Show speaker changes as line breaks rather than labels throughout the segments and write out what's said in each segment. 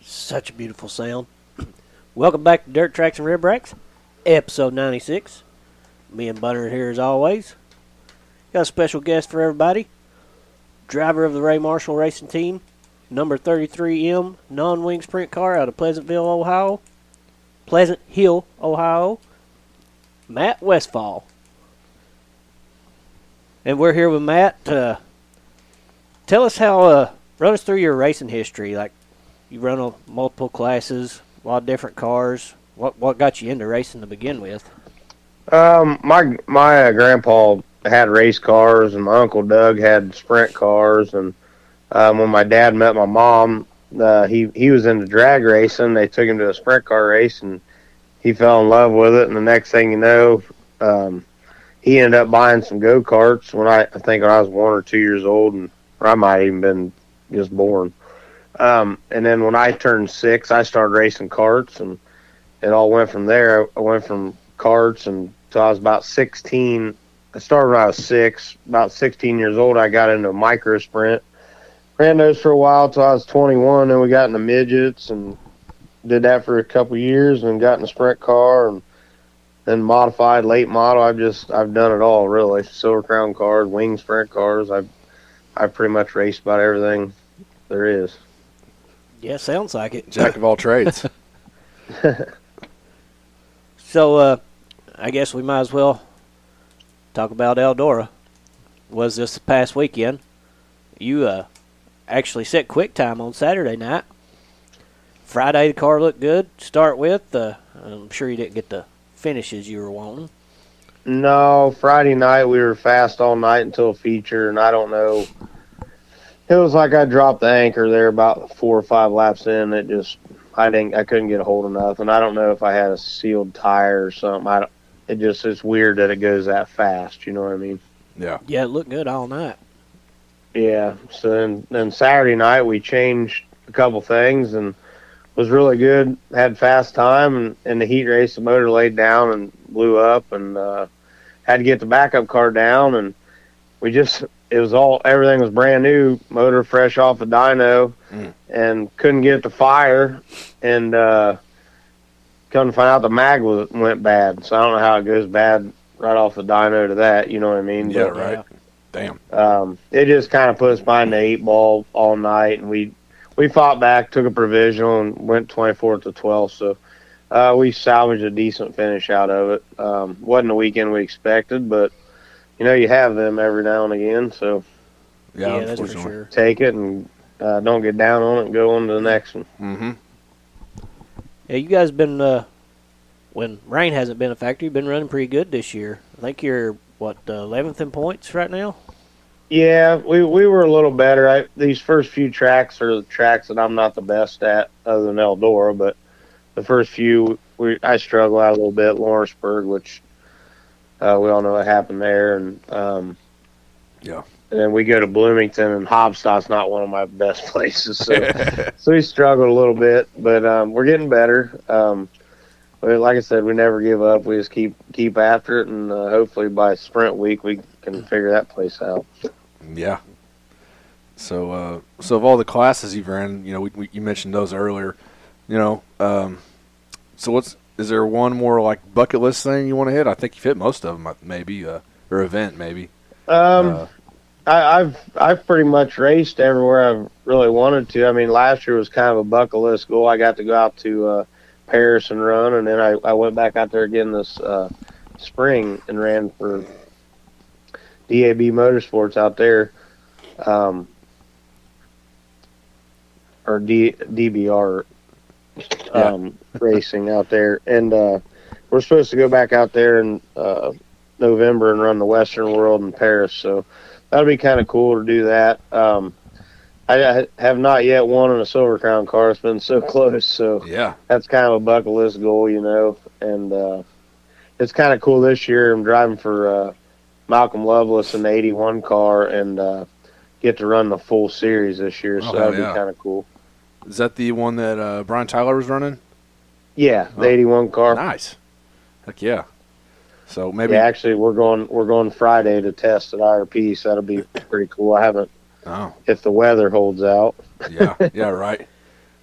such a beautiful sound. Welcome back to Dirt Tracks and Rib Racks, episode 96. Me and Butter here as always. Got a special guest for everybody. Driver of the Ray Marshall Racing Team, number 33M non wing sprint car out of Pleasantville, Ohio. Pleasant Hill, Ohio. Matt Westfall. And we're here with Matt. Uh, tell us how, uh, run us through your racing history. Like, you run a, multiple classes, a lot of different cars. What what got you into racing to begin with?
Um, my my uh, grandpa had race cars, and my uncle Doug had sprint cars, and um, when my dad met my mom, uh, he he was into drag racing. They took him to a sprint car race, and he fell in love with it. And the next thing you know, um, he ended up buying some go karts when I I think when I was one or two years old, and or I might have even been just born. Um, and then when I turned six, I started racing carts, and it all went from there. I went from carts and till I was about 16. I started when I was six, about 16 years old. I got into a micro sprint, ran those for a while till I was 21. Then we got into midgets and did that for a couple years, and got in a sprint car and then modified late model. I've just I've done it all really. Silver Crown cars, wing sprint cars. I've I've pretty much raced about everything there is.
Yeah, sounds like it.
Jack of all trades.
So uh, I guess we might as well talk about Eldora. Was this past weekend? You uh, actually set quick time on Saturday night. Friday the car looked good. to Start with. Uh, I'm sure you didn't get the finishes you were wanting.
No, Friday night we were fast all night until feature, and I don't know. It was like I dropped the anchor there about four or five laps in. It just I didn't I couldn't get a hold of nothing. I don't know if I had a sealed tire or something. I don't, it just it's weird that it goes that fast. You know what I mean?
yeah.
Yeah, it looked good all night.
Yeah. So then, then Saturday night we changed a couple things and was really good. Had fast time and in the heat race the motor laid down and blew up and uh, had to get the backup car down and we just it was all everything was brand new motor fresh off a dyno
Mm.
and couldn't get it to fire and uh, come to find out the mag was, went bad. So I don't know how it goes bad right off the dyno to that. You know what I mean?
Yeah,
But-
right. Damn.
um, it just kind of put us behind the eight ball all night, and we we fought back, took a provisional, and went 24 to 12. So uh, we salvaged a decent finish out of it. Um, wasn't the weekend we expected, but you know you have them every now and again, so
Yeah,
that's for
unfortunately.
sure.
take it and uh, don't get down on it and go on to the next one.
Mm-hmm.
Yeah, you guys been uh, when rain hasn't been a factor. You've been running pretty good this year. I think you're what uh, eleventh in points right now.
Yeah, we we were a little better. I, these first few tracks are the tracks that I'm not the best at, other than Eldora. But the first few, we I struggle out a little bit. Lawrenceburg, which uh, we all know what happened there, and um,
Yeah.
and then we go to Bloomington, and Hobstock's not one of my best places, so so we struggled a little bit. But um, we're getting better. Um, but like I said, we never give up. We just keep keep after it, and uh, hopefully by sprint week we can figure that place out.
Yeah. So, uh, so of all the classes you've ran, you know, we, we, you mentioned those earlier. You know, um, so what's is there one more like bucket list thing you want to hit? I think you've hit most of them, maybe, uh, or event, maybe.
Um,
uh,
I, I've I've pretty much raced everywhere I've really wanted to. I mean, last year was kind of a bucket list goal. I got to go out to uh, Paris and run, and then I, I went back out there again this uh, spring and ran for DAB Motorsports out there, um, or D, DBR um, racing out there, and uh, we're supposed to go back out there in uh, November and run the Western World in Paris. So that'd be kind of cool to do that. Um, I I have not yet won in a Silver Crown car. It's been so close, so
yeah.
that's kind of a bucket list goal, you know. And uh, it's kind of cool this year. I'm driving for uh, Malcolm Loveless in the '81 car and uh, get to run the full series this year, so
Oh,
that'd
yeah.
be kind of cool.
Is that the one that uh, Brian Tyler was running?
Yeah, the
Oh.
'81 car.
Nice. Heck yeah. So maybe.
Yeah, actually, we're going we're going Friday to test at IRP, so that'll be pretty cool. I haven't
Oh,
if the weather holds out.
yeah, yeah, right.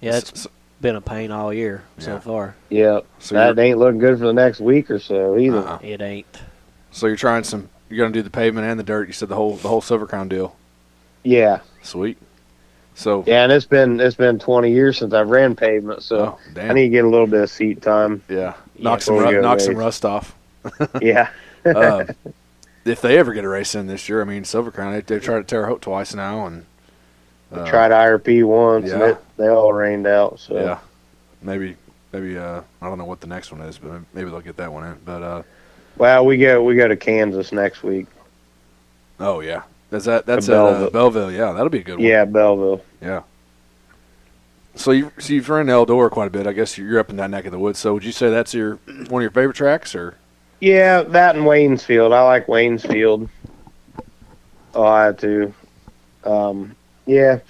Yeah, it's
So,
been a pain all year so
Yeah.
far.
Yep.
So
that
you're,
ain't looking good for the next week or so either.
Uh-uh.
It ain't.
so you're trying some. You're gonna do the pavement and the dirt. You said the whole the whole Silver Crown deal.
Yeah.
Sweet. So
Yeah, and it's been it's been twenty years since I've ran pavement, so
oh, damn.
I need to get a little bit of seat time.
yeah. Knock
Yeah,
some
before we
ru-
go
knock some
race.
rust off.
yeah.
Uh, if they ever get a race in this year, I mean Silver Crown. They, they've tried to tear Hope twice now, and uh,
Tried IRP once and
yeah.
it, they all rained out. So
Yeah, maybe maybe uh, I don't know what the next one is, but maybe they'll get that one in. But uh,
well we go we go to Kansas next week.
oh yeah, that's that that's at,
Belleville.
uh, Belleville. Yeah, that'll be a good one.
Yeah, Belleville.
Yeah. So you so you've run Eldora quite a bit. I guess you're up in that neck of the woods. So would you say that's your one of your favorite tracks, or
Yeah, that and Waynesfield. I like Waynesfield. Oh, I have to. Um, yeah,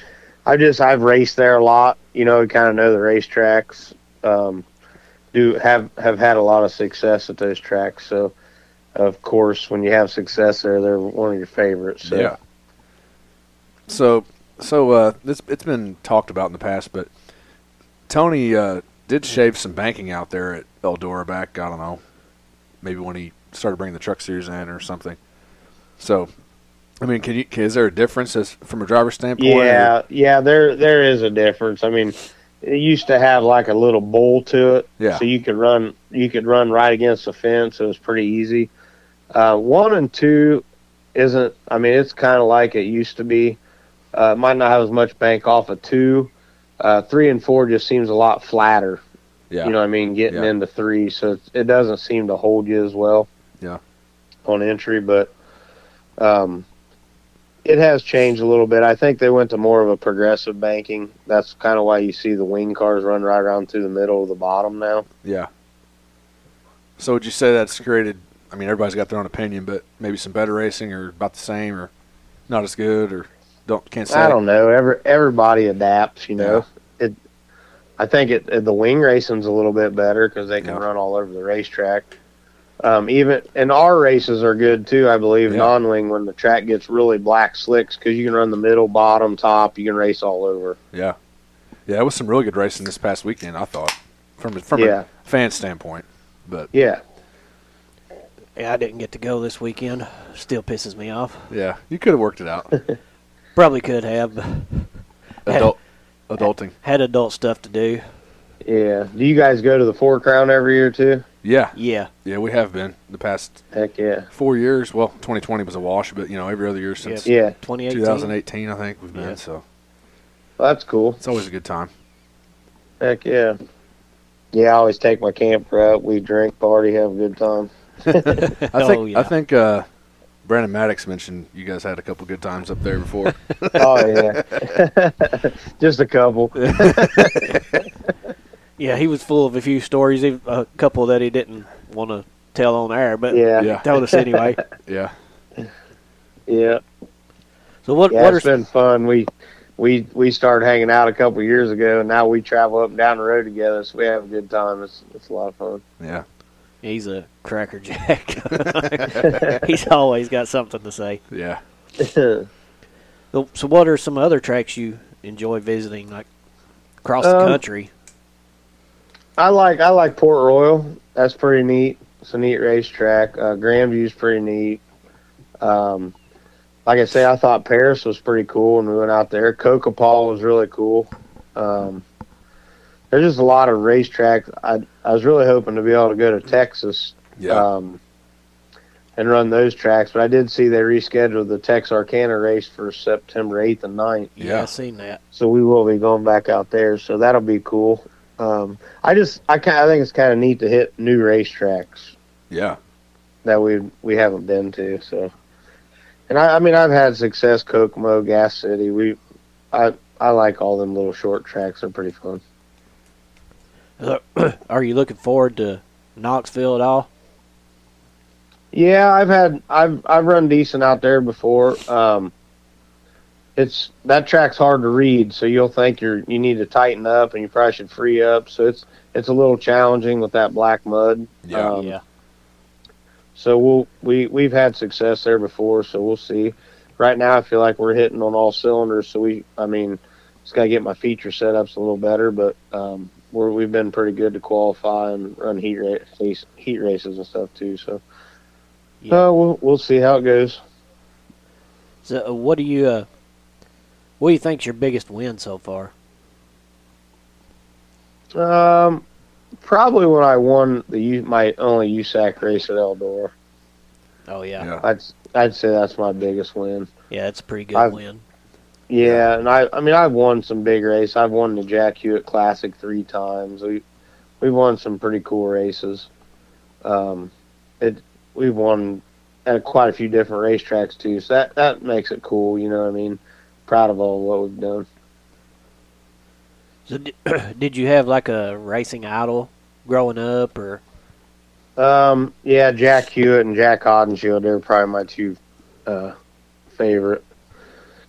I just I've raced there a lot. You know, kind of know the racetracks. Um, do have have had a lot of success at those tracks. So, of course, when you have success there, they're one of your favorites. So.
So so uh, this it's been talked about in the past, but Tony uh, did shave some banking out there at Eldora back. I don't know, maybe when he started bringing the truck series in or something. So, I mean, can you can, is there a difference as, from a driver's standpoint? or-
Yeah, yeah, there there is a difference. I mean, it used to have like a little bowl to it,
Yeah.
So you could run you could run right against the fence. It was pretty easy. Uh, one and two isn't. I mean, it's kind of like it used to be. Uh, it might not have as much bank off of two. Uh, three and four just seems a lot flatter.
yeah,
You know what I mean? Getting
Yeah.
into three, so it's, it doesn't seem to hold you as well.
Yeah.
On entry, but um, it has changed a little bit. I think they went to more of a progressive banking. That's kind of why you see the wing cars run right around through the middle of the bottom now.
yeah. So would you say that's created? I mean, everybody's got their own opinion, but maybe some better racing or about the same or not as good or don't can't say.
I don't know. Every everybody adapts. You know. It. I think it, it- the wing racing's a little bit better because they can
Yeah.
run all over the racetrack. Um, even and our races are good too. I believe
Yeah.
non-wing when the track gets really black slicks because you can run the middle, bottom, top. You can race all over.
Yeah, yeah, it was some really good racing this past weekend. I thought from a- from
Yeah.
a fan standpoint, but
Yeah,
Yeah, I didn't get to go this weekend. Still pisses me off.
yeah, you could have worked it out.
Probably could have. but
Adult, adulting.
Had adult stuff to do.
yeah. Do you guys go to the Four Crown every year too?
Yeah,
Yeah.
yeah, we have been the past
Heck yeah,
four years. Well, 2020 was a wash, but you know every other year since
yeah.
Twenty eighteen.
2018, I think we've been.
Yeah.
So
Well, that's cool.
it's always a good time.
Heck yeah. Yeah, I always take my camper out. We drink, party, have a good time.
I
Oh,
think
yeah.
I think uh, Brandon Maddox mentioned you guys had a couple good times up there before.
Oh yeah, just a couple.
Yeah, he was full of a few stories, even a couple that he didn't want to tell on air, but
Yeah,
Yeah.
yeah,
told us anyway.
yeah,
yeah.
So what?
yeah
what
it's
are
been fun. We we we started hanging out a couple years ago, and now we travel up and down the road together. So we have a good time. It's it's a lot of fun.
yeah.
he's a crackerjack. he's always got something to say.
Yeah.
So so what are some other tracks you enjoy visiting, like across the
Um,
country?
I like I like Port Royal. That's pretty neat. It's a neat racetrack. Uh, Grandview's pretty neat. Um, like I say, I thought Paris was pretty cool, and we went out there. Coca Paul was really cool. Um, there's just a lot of racetracks. I I was really hoping to be able to go to Texas
Yeah.
um, and run those tracks. But I did see they rescheduled the Texarkana race for September 8th and 9th.
Yeah,
yeah.
I seen that.
So we will be going back out there. So that'll be cool. Um, I just, I, kind, I think it's kind of neat to hit new racetracks
yeah.
that we we haven't been to. So, and I, I mean, I've had success Kokomo, Gas City. We, I, I like all them little short tracks. They're pretty fun.
So, are you looking forward to Knoxville at all?
Yeah, I've had I've I've run decent out there before. Um, it's that track's hard to read, so you'll think you're you need to tighten up, and you probably should free up. So it's it's a little challenging with that black mud.
Yeah.
Um,
yeah,
So we'll we we've had success there before, so we'll see. Right now, I feel like we're hitting on all cylinders. So we, I mean, just gotta get my feature setups a little better, but um, we're, we've been pretty good to qualify and run heat race, heat races and stuff too. So,
Yeah.
uh, we'll we'll see how it goes.
So, uh, what do you uh, what do you think's your biggest win so far?
Um, probably when I won the U- my only USAC race at Eldora,
Oh yeah, yeah,
Yeah.
I'd I'd say that's my biggest win.
that's a pretty good
I've-
win.
Yeah, and I I mean I've won some big races. I've won the Jack Hewitt Classic three times. We we've won some pretty cool races. Um, it we've won at quite a few different racetracks too. So that that makes it cool. You know what I mean? Proud of all what we've done.
So, did, did you have like a racing idol growing up, or
Um, yeah, Jack Hewitt and Jack Hodenshield are probably my two uh, favorite.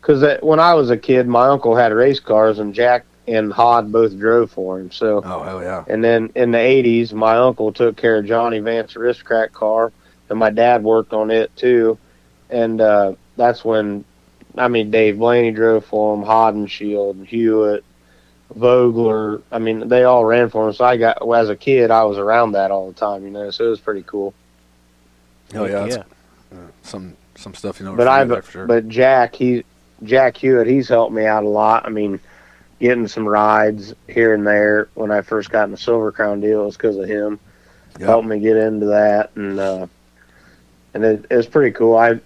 Because when I was a kid, my uncle had race cars, and Jack and Hod both drove for him. So,
Oh hell yeah.
and then in the '80s, my uncle took care of Johnny Vance Aristocrat car, and my dad worked on it too. And uh, that's when, I mean, Dave Blaney drove for him, Hodenshield, Hewitt, Vogler. I mean, they all ran for him. So I got, well, as a kid, I was around that all the time, you know. So it was pretty cool.
Hell Oh, yeah.
Heck
that's- uh, some some stuff you know.
but I,
for sure.
but Jack, he, Jack Hewitt, he's helped me out a lot. I mean, getting some rides here and there when I first got in the Silver Crown deal was because of him.
Yeah.
Helped me get into that, and uh, and it, it was pretty cool. I,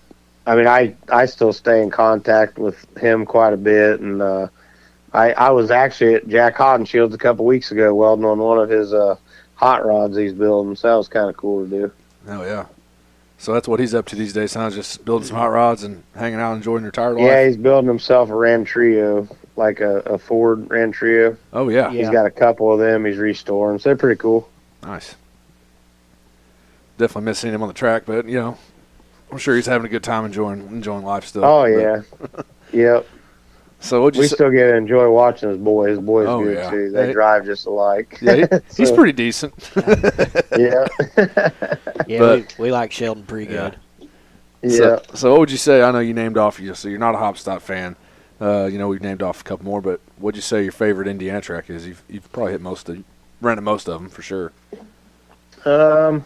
I mean, I I still stay in contact with him quite a bit, and uh, I I was actually at Jack Hoddenshield's a couple weeks ago welding on one of his uh, hot rods he's building, so that was kind of cool to do.
Hell Oh, yeah. So that's what he's up to these days. Sounds just building some hot rods and hanging out, enjoying your tired
Yeah,
life.
he's building himself a Ram Trio, like a, a Ford Ram Trio.
Oh yeah.
Yeah.
He's got a couple of them. He's restoring, so they're pretty cool.
Nice. Definitely miss seeing him on the track, but you know, I'm sure he's having a good time enjoying enjoying life still.
Oh
But-
yeah, yep.
So what'd you
We
say-
still get to enjoy watching his boys. His boys
Oh,
good
yeah.
too. They
Hey.
drive just alike.
yeah, he- he's
So-
pretty decent.
yeah,
yeah,
But-
we, we like Sheldon pretty
Yeah.
good.
yeah.
So, so what would you say? I know you named off you, so you're not a Hopstop fan. Uh, you know we've named off a couple more, but what'd you say your favorite Indiana track is? You've you've probably hit most of, ran at most of them for sure.
Um,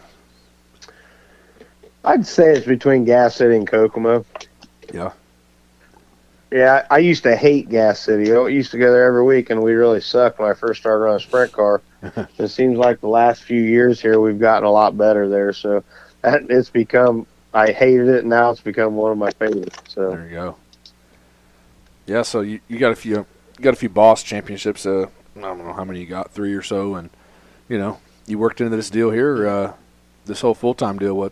I'd say it's between Gas City and Kokomo.
Yeah.
Yeah, I I used to hate Gas City. I used to go there every week, and we really sucked when I first started running a sprint car. it seems like the last few years here, we've gotten a lot better there. So that, it's become, I hated it, and now it's become one of my favorites. So
There you go. Yeah, so you, you got a few you got a few boss championships. Uh, I don't know how many you got, three or so, and you know you worked into this deal here, uh, this whole full time deal. What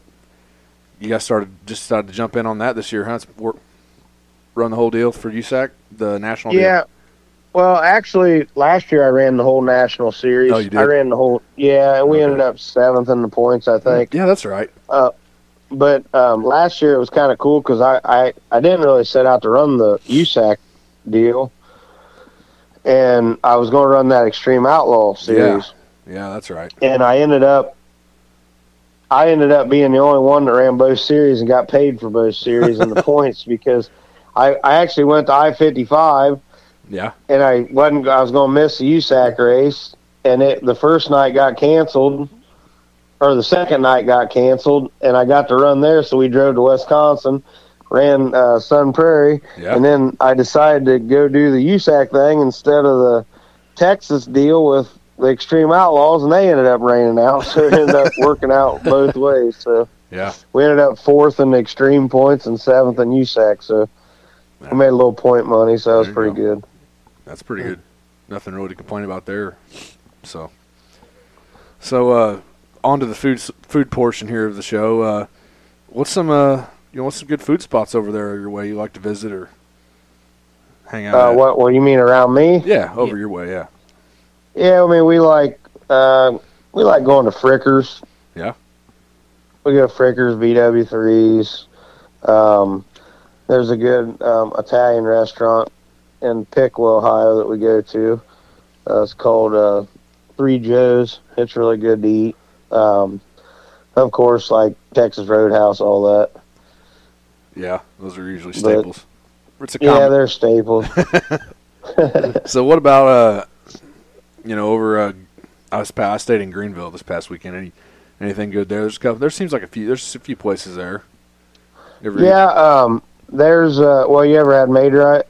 you guys started just decided to jump in on that this year, huh? It's Work, run the whole deal for USAC, the national.
yeah. Well, actually, last year I ran the whole national series.
Oh, you did?
I ran the whole, yeah, and we
Okay.
ended up seventh in the points, I
deal.
think.
Yeah, that's right.
but um, last year it was kind of cool because I, I, I didn't really set out to run the USAC deal, and I was going to run that Extreme Outlaw series,
Yeah, that's right.
and I ended up I ended up being the only one that ran both series and got paid for both series and the points because I, I actually went to I fifty five
Yeah.
and I wasn't I was going to miss the USAC race, and it the first night got canceled, or the second night got canceled, and I got to run there, so we drove to Wisconsin, ran uh, Sun Prairie,
Yeah.
and then I decided to go do the USAC thing instead of the Texas deal with the Extreme Outlaws, and they ended up raining out, so it ended up working out both ways. So
yeah.
we ended up fourth in Extreme points and seventh in USAC, so. We made a little point money, so that was
There you
pretty
go.
good.
That's pretty good. Nothing really to complain about there. So, so uh, on to the food s- food portion here of the show. Uh, what's some uh, you know what's some good food spots over there your way you like to visit or hang out?
Uh,
at?
what? What do you mean around me?
Yeah, over
Yeah.
your way. Yeah,
Yeah, I mean we like uh, we like going to Frickers.
Yeah.
We go to Frickers, VW threes. Um, there's a good um, Italian restaurant in Pickle, Ohio that we go to. Uh, it's called uh, Three Joes. It's really good to eat. Um, of course, like Texas Roadhouse, all that.
yeah, those are usually
But-
staples. It's a
Yeah,
common.
they're staples.
so what about uh, you know over uh, I was pa- I stayed in Greenville this past weekend. Any anything good there? There's a couple, there seems like a few. There's a few places there. Every-
Yeah, um, there's uh, well, you ever had made right?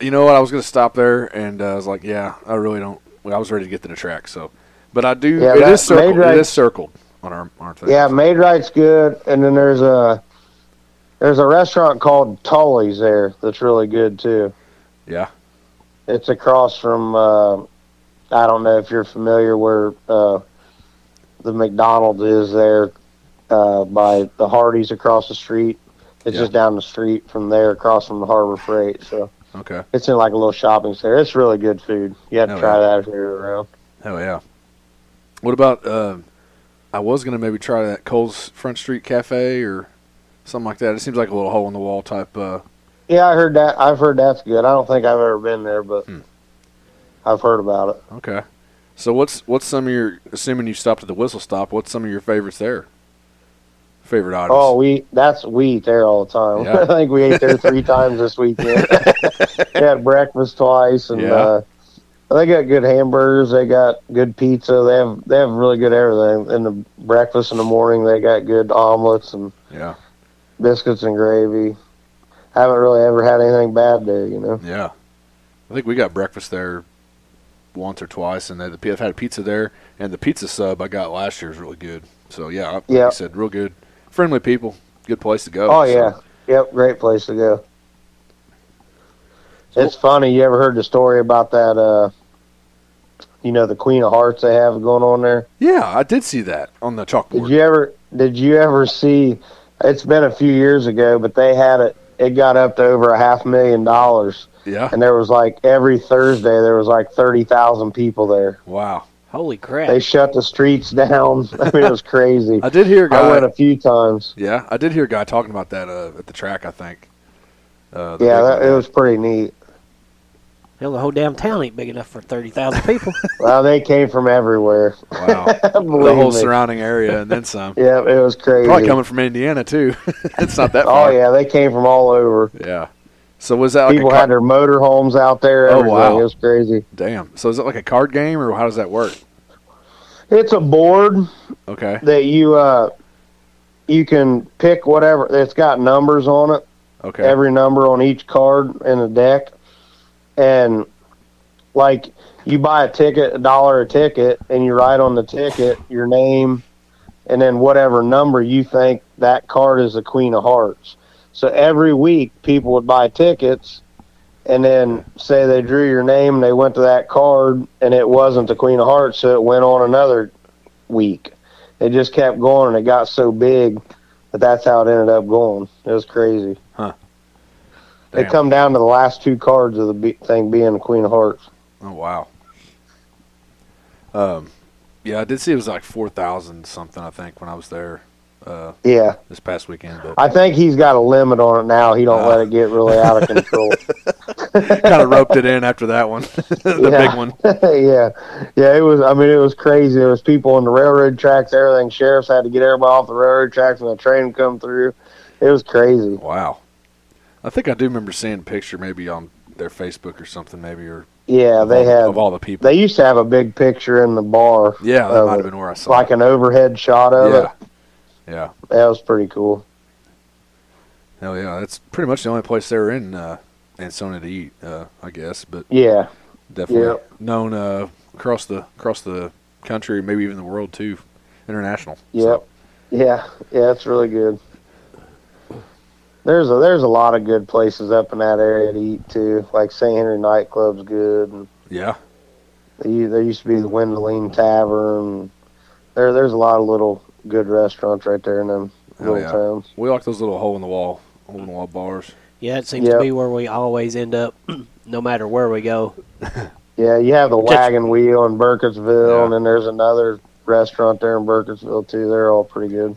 You know what? I was gonna stop there, and uh, I was like, yeah, I really don't. Well, I was ready to get to the track, so. But I do.
Yeah,
it
that-
is circled.
Maid Rite-
It is circled on our, our thing.
Yeah, made right's good, and then there's a there's a restaurant called Tully's there that's really good too.
Yeah.
it's across from uh, I don't know if you're familiar where uh, the McDonald's is there uh, by the Hardee's across the street. It's
Yeah.
just down the street from there, across from the Harbor Freight. So
Okay.
it's in like a little shopping center. It's really good food. You have to
Oh,
try
yeah.
that if you're around.
Hell yeah. What about? um I was gonna maybe try that Cole's Front Street Cafe or something like that. It seems like a little hole in the wall type. Uh,
Yeah, I heard that. I've heard that's good. I don't think I've ever been there, but
Hmm.
I've heard about it.
okay. So what's what's some of your assuming you stopped at the whistle stop? What's some of your favorites there? Favorite items?
Oh, we that's we eat there all the time.
Yeah.
I think we ate there three times this weekend. we had breakfast twice, and
Yeah.
uh, they got good hamburgers. They got good pizza. They have they have really good everything. And the breakfast in the morning, they got good omelets and
yeah,
biscuits and gravy. I haven't really ever had anything bad there, you know.
yeah. I think we got breakfast there once or twice, and they the, I've had pizza there, and the pizza sub I got last year is really good. So yeah, like
Yeah.
you said real good, friendly people, good place to go.
Oh
So,
yeah, yep, great place to go. It's funny. You ever heard the story about that? uh You know, the Queen of Hearts they have going on there.
yeah, I did see that on the chalkboard.
Did you ever did you ever see it's been a few years ago, but they had it it got up to over a half million dollars
yeah,
and there was like every Thursday there was like thirty thousand people there.
wow.
Holy crap!
They shut the streets down. I mean it was crazy.
I did hear a guy.
I went a few times.
yeah, I did hear a guy talking about that uh, at the track. I think. Uh, the
Yeah,
big
that,
one.
it was pretty neat.
Hell, the whole damn town ain't big enough for thirty thousand people.
Well, they came from everywhere.
Wow. the
Believe
whole
me.
surrounding area and then some.
Yeah, it was crazy.
Probably coming from Indiana too. it's not that
oh
far.
yeah, they came from all over.
Yeah. So was that like
People
a
had
card-
their motor homes out there.
Oh,
everything.
wow.
It was crazy.
damn? So is it like a card game or how does that work?
It's a board
Okay.
that you uh you can pick whatever it's got numbers on it
Okay.
every number on each card in the deck and like you buy a ticket a dollar a ticket and you write on the ticket your name and then whatever number you think that card is the queen of hearts so every week people would buy tickets and then say they drew your name and they went to that card and it wasn't the queen of hearts so it went on another week it just kept going and it got so big that that's how it ended up going it was crazy
Damn.
it come down to the last two cards of the be- thing being the Queen of Hearts.
oh wow. Um, yeah, I did see it was like four thousand something. I think when I was there uh,
Yeah,
this past weekend, but
I think he's got a limit on it now. He don't
Ah.
let it get really out of control.
kind of roped it in after that one, the
Yeah.
big one.
yeah, yeah. It was. I mean, it was crazy. There was people on the railroad tracks. Everything. Sheriffs had to get everybody off the railroad tracks when the train come through. It was crazy.
Wow. I think I do remember seeing a picture maybe on their Facebook or something maybe or
Yeah, they
of,
had.
of all the people.
They used to have a big picture in the bar,
yeah, that
of
might have
it.
been where I saw.
like
it.
an overhead shot of
yeah.
it.
Yeah.
That was pretty cool.
Hell yeah, that's pretty much the only place they were in uh, Ansonia to eat, uh, I guess. But
Yeah,
definitely
Yeah.
known uh, across the across the country, maybe even the world too, international.
Yep. Yeah, yeah, it's really good. There's a there's a lot of good places up in that area to eat too. Like St. Henry nightclub's good, and
yeah,
there u- there used to be the Wendeline Tavern. There there's a lot of little good restaurants right there in them little
Hell Oh, yeah.
towns.
we like those little hole in the wall, hole in the wall bars.
yeah, it seems
Yeah.
to be where we always end up, no matter where we go.
Yeah, you have the Wagon Wheel in Burkittsville,
Yeah.
and then there's another restaurant there in Burkittsville too. They're all pretty good.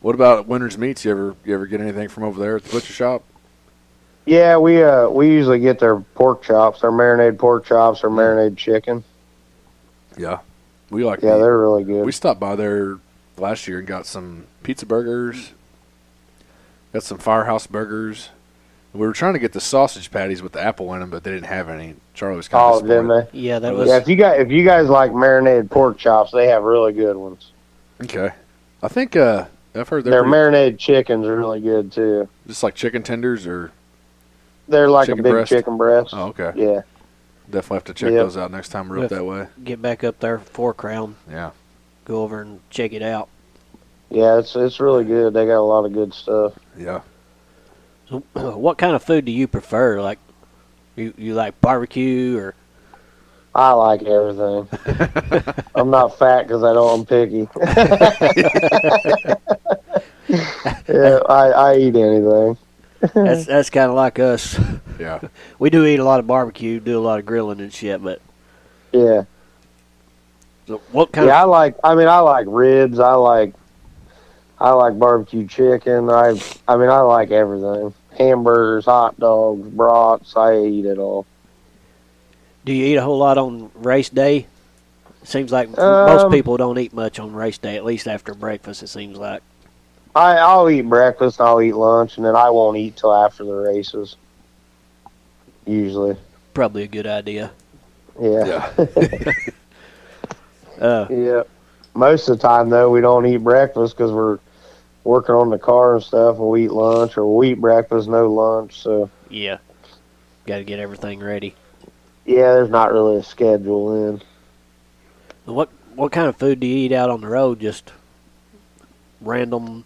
What about Winter's Meats? You ever you ever get anything from over there at the butcher shop?
Yeah, we uh we usually get their pork chops, their marinated pork chops,
Hmm.
or marinated chicken.
Yeah, we like.
Yeah,
to eat.
they're really good.
we stopped by there last year and got some pizza burgers, got some firehouse burgers, We were trying to get the sausage patties with the apple in them, but they didn't have any. Charlie was kind of
Oh, didn't they?
Yeah, that
Yeah,
was.
Yeah, if you guys if you guys like marinated pork chops, they have really good ones.
Okay, I think uh, I've heard they're,
Their
pretty-
marinated chickens are really good too.
just like chicken tenders, or
They're like
Chicken
a big
breast?
chicken breast.
oh, okay,
Yeah,
definitely have to check
Yep.
those out next time we're up
Yeah.
that way.
Get back up there, four crown.
Yeah,
Go over and check it out.
yeah, it's it's really good. They got a lot of good stuff.
yeah.
So, what kind of food do you prefer? Like, you you like barbecue or
I like everything. I'm not fat because I don't. I'm picky. yeah, I, I eat anything.
that's that's kind of like us.
Yeah,
We do eat a lot of barbecue, do a lot of grilling and shit. But
Yeah,
so what kind
yeah. I like. I mean, I like ribs. I like. I like barbecue chicken. I. I mean, I like everything. Hamburgers, hot dogs, brats. I eat it all.
of do you eat a whole lot on race day? Seems like m-
Um,
most people don't eat much on race day. At least after breakfast, it seems like.
I, I'll eat breakfast. I'll eat lunch, and then I won't eat till after the races. Usually,
Probably a good idea.
yeah,
yeah.
Uh,
yeah. Most of the time, though, we don't eat breakfast because we're working on the car and stuff, and we eat lunch, or we eat breakfast, no lunch. So
yeah, got to get everything ready.
yeah, there's not really a schedule in.
What what kind of food do you eat out on the road? Just random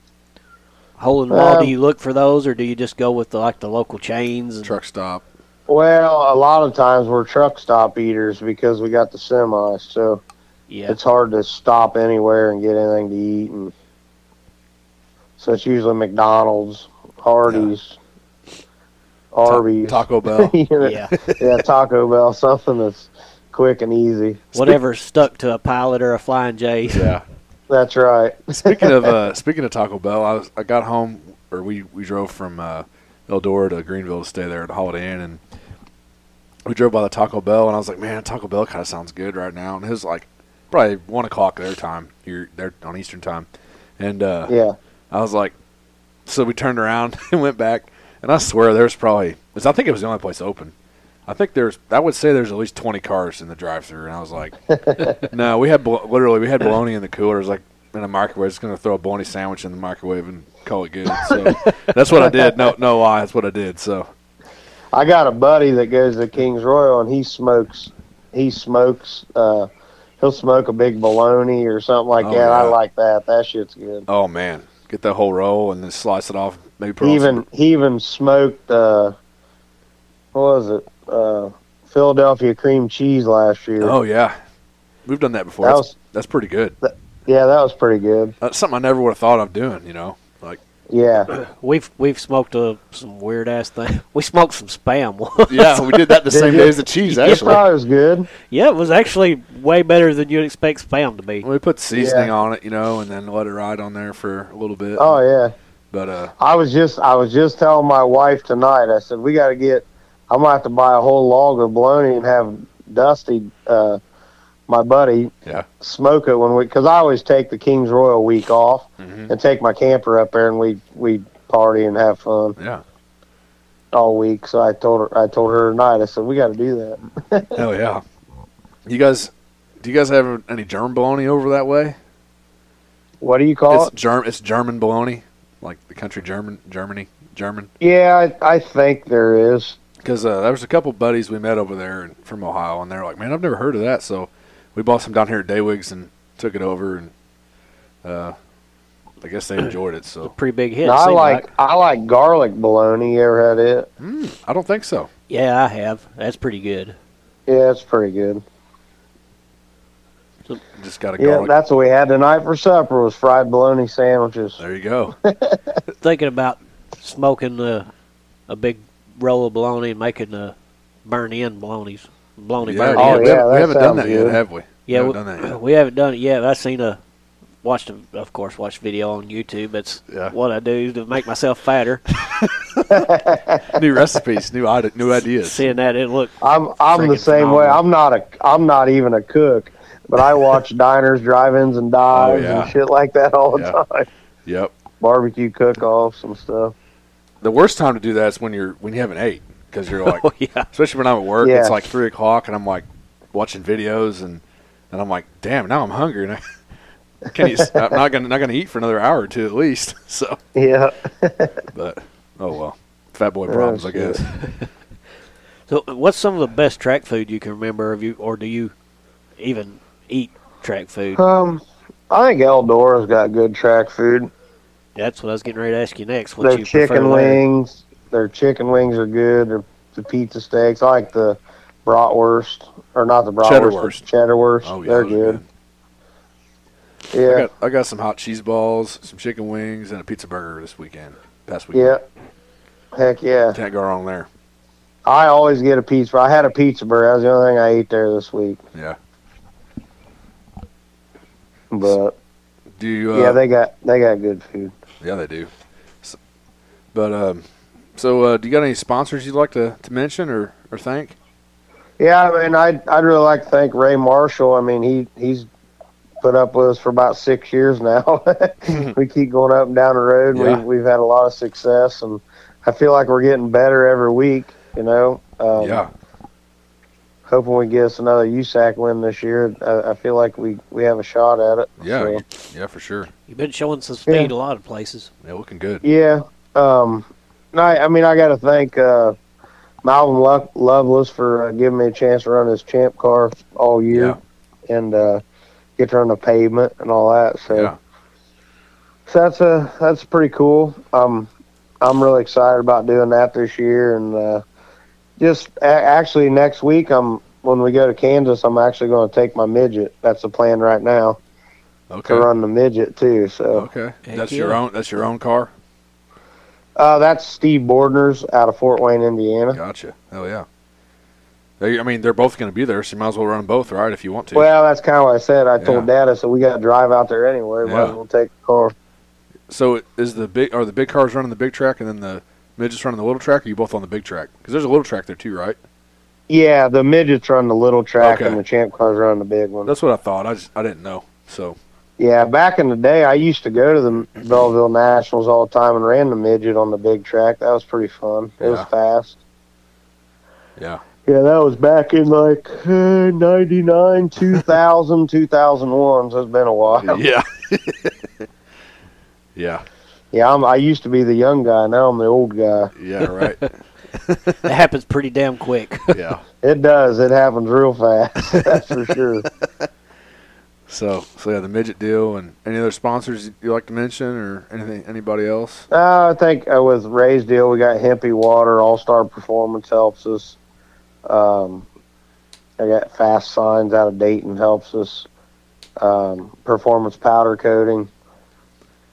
hole in the wall.
Um,
do you look for those, or do you just go with the, like the local chains? And,
Truck stop.
Well, a lot of times we're truck stop eaters because we got the semi, so
yeah,
it's hard to stop anywhere and get anything to eat, and so it's usually McDonald's, Hardee's,
Ta-
Arby's,
Taco Bell.
you know,
yeah.
yeah, Taco Bell, something that's quick and easy.
Whatever stuck to a pilot or a flying J.
yeah.
That's right.
Speaking of uh, speaking of Taco Bell, I was I got home or we we drove from uh, Eldora to Greenville to stay there at Holiday Inn, and we drove by the Taco Bell, and I was like, man, Taco Bell kind of sounds good right now, and it was like probably one o'clock their time here there on Eastern time, and uh,
Yeah,
I was like, so we turned around and went back, and I swear there's probably 'cause I think it was the only place open. I think there's I would say there's at least 20 cars in the drive-through, and I was like, no, we had bol- literally we had bologna in the cooler. It was like in a microwave. Just gonna throw a bologna sandwich in the microwave and call it good. So that's what I did. No, no lie, that's what I did. So
I got a buddy that goes to King's Royal, and he smokes. He smokes. Uh, he'll smoke a big bologna or something like
Oh,
that. I
yeah.
like that. That shit's good.
oh man, get that whole roll and then slice it off. Maybe put
He
on
even
some-
he even smoked. Uh, what was it? Uh, Philadelphia cream cheese last year.
oh yeah, we've done that before.
That
that's,
was-
that's pretty good.
Yeah, that was pretty good.
That's something I never would have thought of doing. You know, like
Yeah,
We've we've smoked uh some weird ass thing. We smoked some spam. once.
yeah, we did that the
Did
same
you?
day as the cheese.
it
Actually,
probably was good.
yeah, it was actually way better than you'd expect spam to be.
We put seasoning on it, you know, and then let it ride on there for a little bit.
Oh yeah.
But uh,
I was just I was just telling my wife tonight. I said we got to get. I'm gonna have to buy a whole log of bologna and have Dusty, uh, my buddy,
Yeah.
smoke it when we. Because I always take the King's Royal week off
mm-hmm.
and take my camper up there and we we party and have fun
yeah,
all week. So I told her I told her tonight. I said we got to do that.
hell yeah. You guys, do you guys have any germ bologna over that way?
What do you call
It's
it?
germ, it's German bologna, like the country German, Germany, German.
Yeah, I, I think there is.
Because uh, there was a couple buddies we met over there and- from Ohio, and they're like, "Man, I've never heard of that." So we bought some down here at Daywigs and took it over, and uh, I guess they enjoyed it. So
Pretty big hit.
No,
it
I
seemed
like I like garlic bologna. You ever had it?
mm, I don't think so.
Yeah, I have. That's pretty good.
Yeah, it's pretty good.
Just got a
Yeah,
garlic.
that's what we had tonight for supper was fried bologna sandwiches.
there you go.
Thinking about smoking uh, a big roll of bologna and making uh, burn in bologna's bologna burn
Oh,
in.
we
yeah,
haven't, we
that
haven't done
sounds
that yet,
good.
have we?
Yeah,
we
we,
haven't done that yet.
we haven't done it yet. but I seen a watched a, of course watched video on YouTube. That's
Yeah.
what I do to make myself fatter.
new recipes, new ide- new ideas.
Seeing that, it looked
I'm I'm the
Freaking
same way.
phenomenal.
I'm not a I'm not even a cook, but I watch diners, drive-ins, and dives
Oh, yeah.
and shit like that all the
Yeah.
time.
Yep.
Barbecue cook-offs and stuff.
the worst time to do that is when you're when you haven't ate because you're like,
Oh yeah.
especially when I'm at work,
Yeah.
it's like three o'clock and I'm like watching videos and and I'm like, damn, now I'm hungry and I can you, I'm not gonna not gonna eat for another hour or two at least. So,
Yeah.
but oh well, fat boy
Oh,
problems, I
shit.
guess.
So, what's some of the best track food you can remember of you, or do you even eat track food?
Um, I think Eldora's got good track food.
That's what I was getting ready to ask you next. What
their
you
chicken
prefer there.
wings, their chicken wings are good. Their, the pizza steaks, I like the bratwurst, or not the bratwurst,
Cheddar
but
wurst.
cheddar wurst.
Oh yeah,
they're
those are
good.
I
Yeah,
got, I got some hot cheese balls, some chicken wings, and a pizza burger this weekend. Past weekend,
yeah. Heck yeah!
can't go wrong there.
I always get a pizza. I had a pizza burger. That was the only thing I ate there this week.
Yeah.
But
Do you? Uh,
yeah, they got they got good food.
Yeah, they do. So, but um, so uh, do you got any sponsors you'd like to, to mention or, or thank?
Yeah, I mean, I'd I'd really like to thank Ray Marshall. I mean, he he's put up with us for about six years now. we keep going up and down the road.
Yeah.
We've we've had a lot of success, and I feel like we're getting better every week. You know, um,
yeah,
Hoping we get us another USAC win this year. I, I feel like we we have a shot at it.
yeah,
So,
yeah, for sure.
You've been showing some speed a lot of places.
Yeah, looking good.
yeah. Um, and I I mean, I got to thank uh, Malvin Lo- Loveless for uh, giving me a chance to run his champ car all year.
Yeah,
and uh, get her on the pavement and all that. So,
yeah,
so that's a that's pretty cool. Um, I'm really excited about doing that this year, and uh, just a- actually next week, I'm when we go to Kansas, I'm actually going to take my midget. That's the plan right now
okay,
to run the midget too. So
okay.
Heck
that's
yeah.
your own. That's your own car.
uh, that's Steve Bordner's out of Fort Wayne, Indiana.
Gotcha. Hell yeah. They, I mean, they're both going to be there, so you might as well run 'em both, right? If you want to.
Well, that's kind of what I said. I told Dad I said we got to drive out there anyway. Might as
Yeah.
well take the car.
so it- is the big are the big cars running the big track, and then the midgets running the little track? Or are you both on the big track? Because there's a little track there too, right?
Yeah, the midgets run the little track
Okay.
and the champ cars run the big one.
That's what I thought. I just I didn't know. So
Yeah, back in the day, I used to go to the Belleville Nationals all the time and ran the midget on the big track. That was pretty fun. It was
Yeah.
fast.
yeah,
Yeah, that was back in like uh, 99, 2000, 2001. So it's been a while. Yeah,
yeah, yeah,
I'm, I used to be the young guy. Now I'm the old guy.
yeah. Right.
That happens pretty damn quick.
yeah.
It does. It happens real fast. That's for sure.
So, so yeah, the midget deal, and any other sponsors you like to mention, or anything, anybody else?
Uh, I think uh, with Ray's deal, we got Hempy Water. All Star Performance helps us. Um, I got Fast Signs out of Dayton helps us. Um, Performance Powder Coating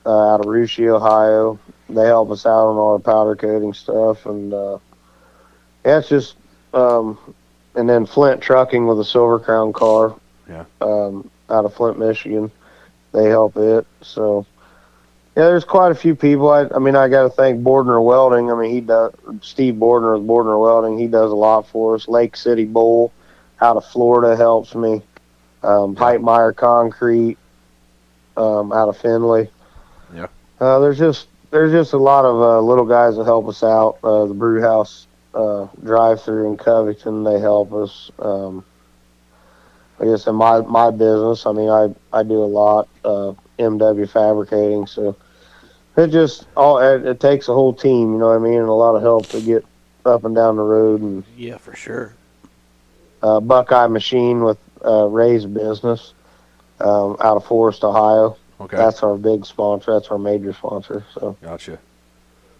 uh, out of Rushi, Ohio. They help us out on all the powder coating stuff, and uh, yeah, it's just. Um, and then Flint Trucking with a Silver Crown car.
Yeah.
Um, out of Flint, Michigan, they help it. So. Yeah, there's quite a few people. I, I mean, I got to thank Bordner Welding. I mean, he does Steve Bordner with Bordner Welding. He does a lot for us. Lake City Bowl out of Florida helps me. Um, Heitmeyer Concrete um, out of Findlay.
Yeah.
Uh, there's just there's just a lot of uh, little guys that help us out. Uh, the Brew House uh, drive through in Covington, they help us. Um, I guess in my my business, I mean, I I do a lot. Uh, MW Fabricating, so it just all it, it takes a whole team, you know what I mean, and a lot of help to get up and down the road. And
yeah, for sure.
uh, Buckeye Machine with uh, Ray's business um, out of Forest, Ohio.
Okay,
That's our big sponsor. That's our major sponsor. So
gotcha.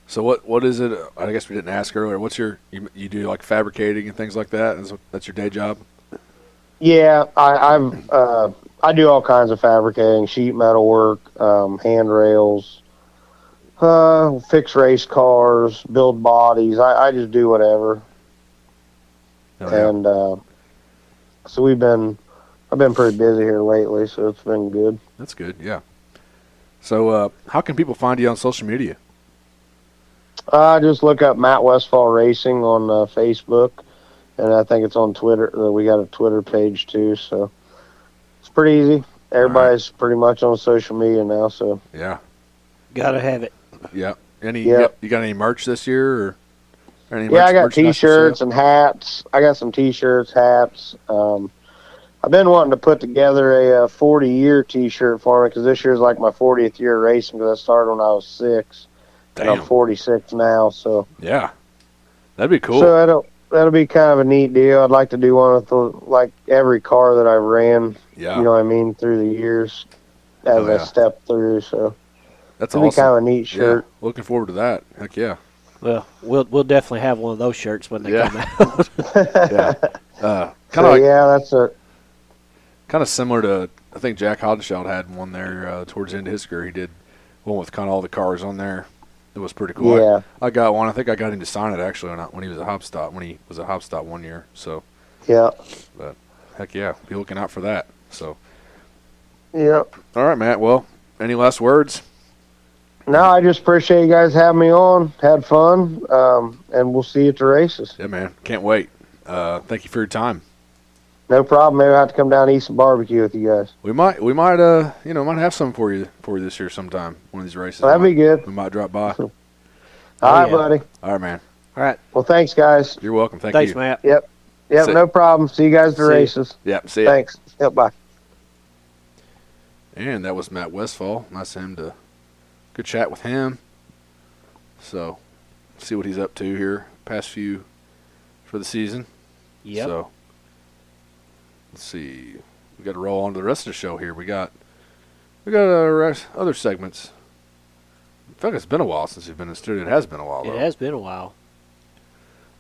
So what what is it? uh, I guess we didn't ask earlier. What's your you, you do like fabricating and things like that? Is, that's your day job?
yeah, I, I've uh, I do all kinds of fabricating, sheet metal work, um, handrails. Uh, fix race cars, build bodies. I, I just do whatever.
Oh,
and uh, so we've been I've been pretty busy here lately, so it's been good.
That's good. Yeah. So uh, how can people find you on social media?
Uh, just look up Matt Westfall Racing on uh, Facebook, and I think it's on Twitter. Uh, we got a Twitter page too, so it's pretty easy. Everybody's pretty much on social media now, so
Yeah,
Gotta have it.
yeah. Any
Yep.
you got- you got any merch this year or any
yeah, I
merch-
got
merchandise for
T-shirts
sale?
and hats. I got some T-shirts, hats. Um, I've been wanting to put together a uh, 40-year T-shirt for me because this year's like my 40th year racing because I started when I was six. And I'm
Damn.
46 now, so
Yeah. That'd be cool.
so that'll that'll be kind of a neat deal. I'd like to do one with the, like every car that I've ran.
yeah.
You know what I mean through the years as
Oh, yeah.
I step through. So
that's
it'll
awesome.
be kind of a neat
Yeah,
shirt.
Looking forward to that. Heck yeah.
Well, we'll we'll definitely have one of those shirts when they
Yeah.
come out.
Yeah. uh,
So
kind of like,
yeah, that's a
kind of similar to I think Jack Hodenschild had one there uh, towards the end of his career. He did one with kind of all the cars on there. It was pretty cool. I-
yeah.
I, got one. I think I got him to sign it actually when, I, when he was a hop stop when he was a hop stop one year. So
Yeah.
heck yeah, be looking out for that. So
Yep.
all right, Matt. Well, any last words?
No, I just appreciate you guys having me on. Had fun, um, and we'll see you at the races.
Yeah, man. Can't wait. Uh, thank you for your time.
No problem. Maybe I have to come down and eat some barbecue with you guys.
We might, we might, uh, you know, might have some for you for you this year sometime. One of these races.
That'd
we
be good.
might, we might drop by. All Oh,
All right,
yeah.
buddy.
right, man.
All right.
Well, thanks, guys.
You're welcome. Thank
Thanks,
you.
Matt.
Yep,
See-
no problem. See you guys at the
See ya.
races.
Yeah. See ya.
Thanks. Yep, bye.
And that was Matt Westfall. Nice of him to good chat with him. So see what he's up to here past few for the season.
Yep.
So let's see. We got to roll on to the rest of the show here. We got we got uh, rest- other segments. In fact, it's been a while since you've been in the studio. It has been a while. Though.
it has been a while.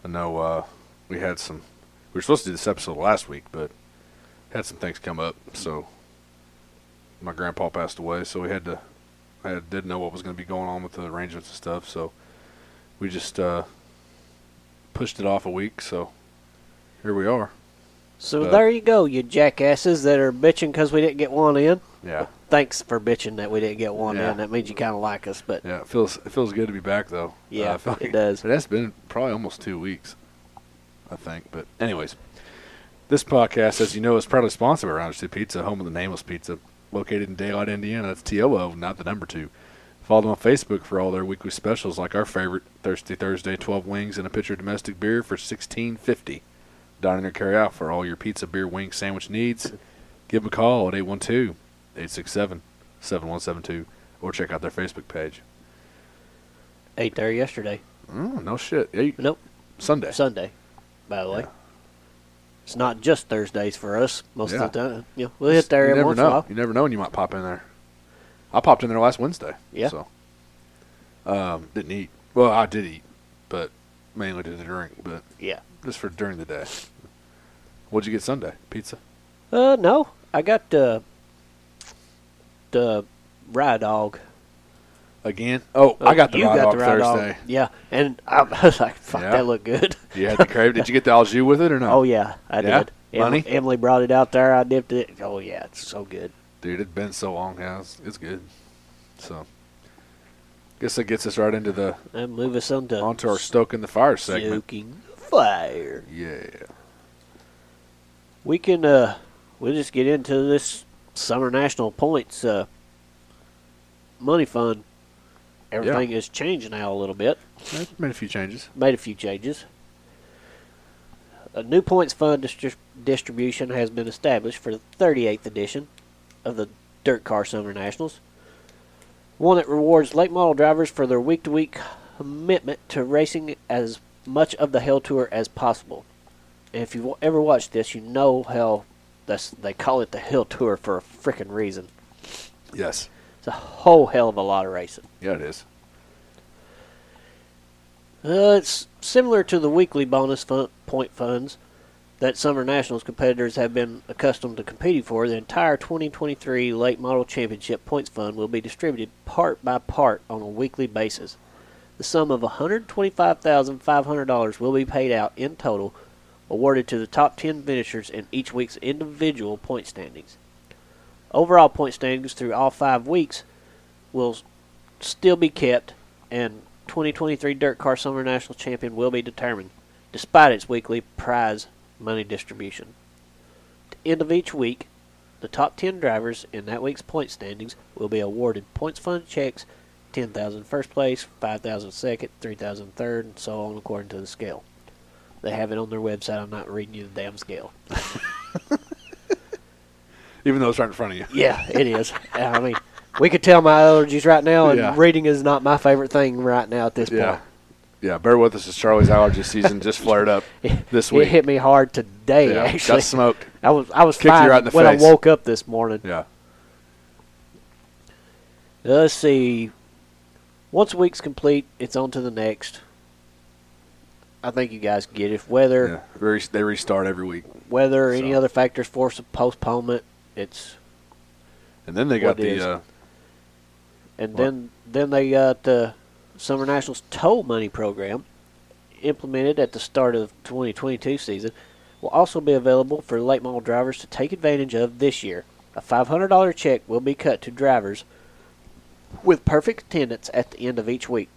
I know uh, we had some. We were supposed to do this episode last week, but had some things come up. So my grandpa passed away, so we had to. I had- didn't know what was going to be going on with the arrangements and stuff, so we just uh, pushed it off a week. So here we are.
So
But-
there you go, you jackasses that are bitching because we didn't get one in.
Yeah,
Thanks for bitching that we didn't get one
Yeah.
in. That means you kind of like us, but
yeah. It feels it feels good to be back though. Uh,
Yeah,
I feel
it does.
But that's been probably almost two weeks, I think. But anyways, this podcast, as you know, is proudly sponsored by Rounders Two Pizza, home of the Nameless Pizza, located in Daylight, Indiana. That's T O O, not the number two. Follow them on Facebook for all their weekly specials, like our favorite Thirsty Thursday, twelve wings and a pitcher of domestic beer for sixteen fifty. Dining or carry out for all your pizza, beer, wing, sandwich needs. Give them a call at 812-867-7172 or check out their Facebook page.
ate there yesterday.
Mm, no shit. Eight,
Nope,
Sunday.
Sunday, by the way. It's not just Thursdays for us most
Yeah.
of the time. Yeah, we'll hit there
you
every
never
once
know.
in a while.
You never know when you might pop in there. I popped in there last Wednesday.
Yeah.
So um, didn't eat. Well, I did eat, but mainly did a drink, but
Yeah.
just for during the day. What'd you get Sunday? Pizza.
Uh, no, I got the the rye dog.
Again? Oh, I got the
you
raw
got
dog
the rye dog.
Thursday.
Yeah, and I was like, "Fuck,
Yeah.
that looked good."
You had the crave. Did you get the au jus with it or no?
Oh yeah, I
Yeah?
did. Em-
Money?
Emily brought it out there. I dipped it. Oh yeah, it's so good.
Dude, it's been so long. Yeah, it's, it's good. So, guess that gets us right into the
And move us on to
onto our stoking the fire segment.
stoking the fire.
Yeah.
We can uh, we'll just get into this summer national points uh money fund. Everything has changed now a little bit.
I made a few changes.
made a few changes. A new points fund distri- distribution has been established for the 38th edition of the Dirt Car Summer Nationals. One that rewards late model drivers for their week to week commitment to racing as much of the Hell Tour as possible. And if you've wa- ever watched this, you know how that's, they call it the Hill Tour for a freaking reason.
Yes.
It's a whole hell of a lot of racing.
Yeah, it is.
Uh, it's similar to the weekly bonus fun- point funds that Summer Nationals competitors have been accustomed to competing for. The entire 2023 Late Model Championship Points Fund will be distributed part by part on a weekly basis. The sum of $125,500 will be paid out in total, awarded to the top 10 finishers in each week's individual point standings. Overall point standings through all five weeks will s- still be kept, and 2023 Dirt Car Summer National Champion will be determined, despite its weekly prize money distribution. At the end of each week, the top 10 drivers in that week's point standings will be awarded points fund checks 10,000 first place, 5,000 second, 3,000 third, and so on according to the scale. They have it on their website. I'm not reading you the damn scale.
Even though it's right in front of you.
Yeah, it is. I mean, we could tell my allergies right now, and
Yeah.
reading is not my favorite thing right now at this
Yeah. Yeah, bear with us as Charlie's allergy season just flared up
point.
this
It
week.
hit me hard today,
yeah,
actually.
got smoked.
I was I was
Kicked you
fine
right in the
when I
face.
woke up this morning.
Yeah.
Let's see. Once a week's complete, it's on to the next. I think you guys get it. Whether
yeah. They res- They restart every week.
whether or any
So-
other factors force a postponement, it's
And then they
What
got the
is-
uh,
and
What?
then then they got the Summer Nationals toll money program implemented at the start of 2022 season will also be available for late model drivers to take advantage of this year. A $500 check will be cut to drivers with perfect attendance at the end of each week.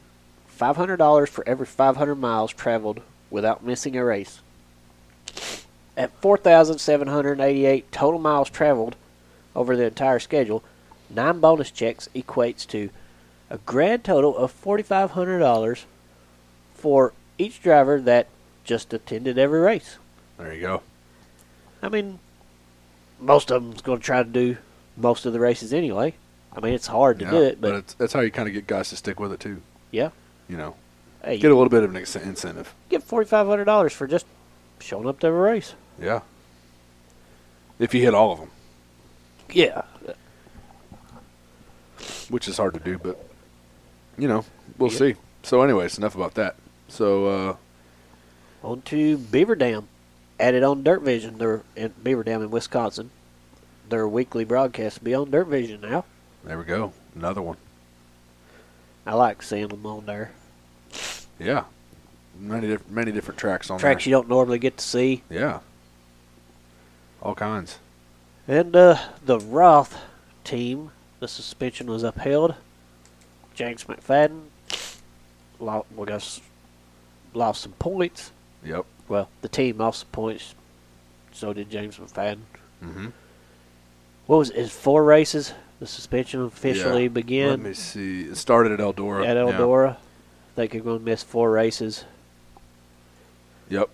$500 for every 500 miles traveled without missing a race. At 4,788 total miles traveled over the entire schedule, nine bonus checks equates to a grand total of $4,500 for each driver that just attended every race.
There you go.
I mean, most of them's going to try to do most of the races anyway. I mean, it's hard to
Yeah,
do it, but,
it's, that's how you kind of get guys to stick with it too.
yeah.
You know,
Hey,
get a little bit of an ex- incentive.
get $4,500 for just showing up to every race.
Yeah. If you hit all of them,
Yeah.
which is hard to do, but you know, we'll
Yeah.
see. So, anyways, enough about that. So, uh,
On to Beaver Dam. Added on Dirt Vision there in Beaver Dam in Wisconsin. Their weekly broadcast will be on Dirt Vision now.
there we go. Another one.
I like seeing them on there.
Yeah. Many diff- many different tracks on
Tracks you don't normally get to see.
there. Yeah. All kinds.
And uh, the Roth team, the suspension was upheld. James McFadden lost, well, guess, lost some points.
Yep.
Well, the team lost some points. So did James McFadden.
Mm-hmm.
What was it? It's Four races. The suspension officially
Yeah. Let
began
me see. It started at Eldora.
at
Yeah.
Eldora. They could go and miss four races.
Yep.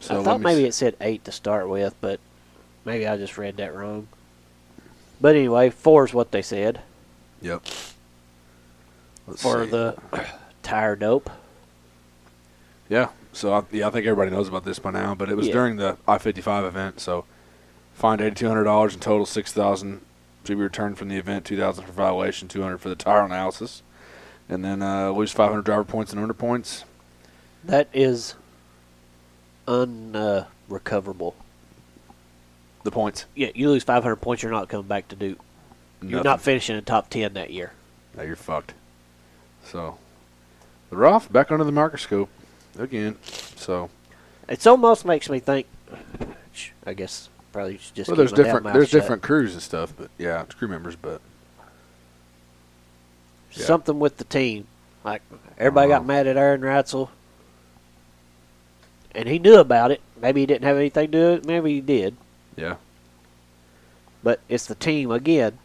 So
I
let
thought
me
maybe
see.
it said eight to start with, but maybe I just read that wrong. But anyway, four is what they said.
Yep. Let's
for
see.
the tire dope.
yeah. So I, yeah, I think everybody knows about this by now, but it was
Yeah.
during the I fifty five event. So fined eighty two hundred dollars in total, six thousand to be returned from the event, two thousand for violation, two hundred for the tire analysis, and then uh, lose five hundred driver points and under points.
That is unrecoverable. Uh, recoverable.
The points.
yeah, you lose 500 points, you're not coming back to do. You're
Nothing.
not finishing in top 10 that year.
Now you're fucked. So the Roth back under the microscope again. So
It's almost makes me think. sh- I guess probably should just.
well,
keep
there's
my damn
different
mouth
there's
shut.
different crews and stuff, but yeah, crew members, but yeah.
Something with the team. Like everybody
Uh-huh.
got mad at Aaron Ratzel, and he knew about it. Maybe he didn't have anything to do with it. Maybe he did.
yeah,
But it's the team again.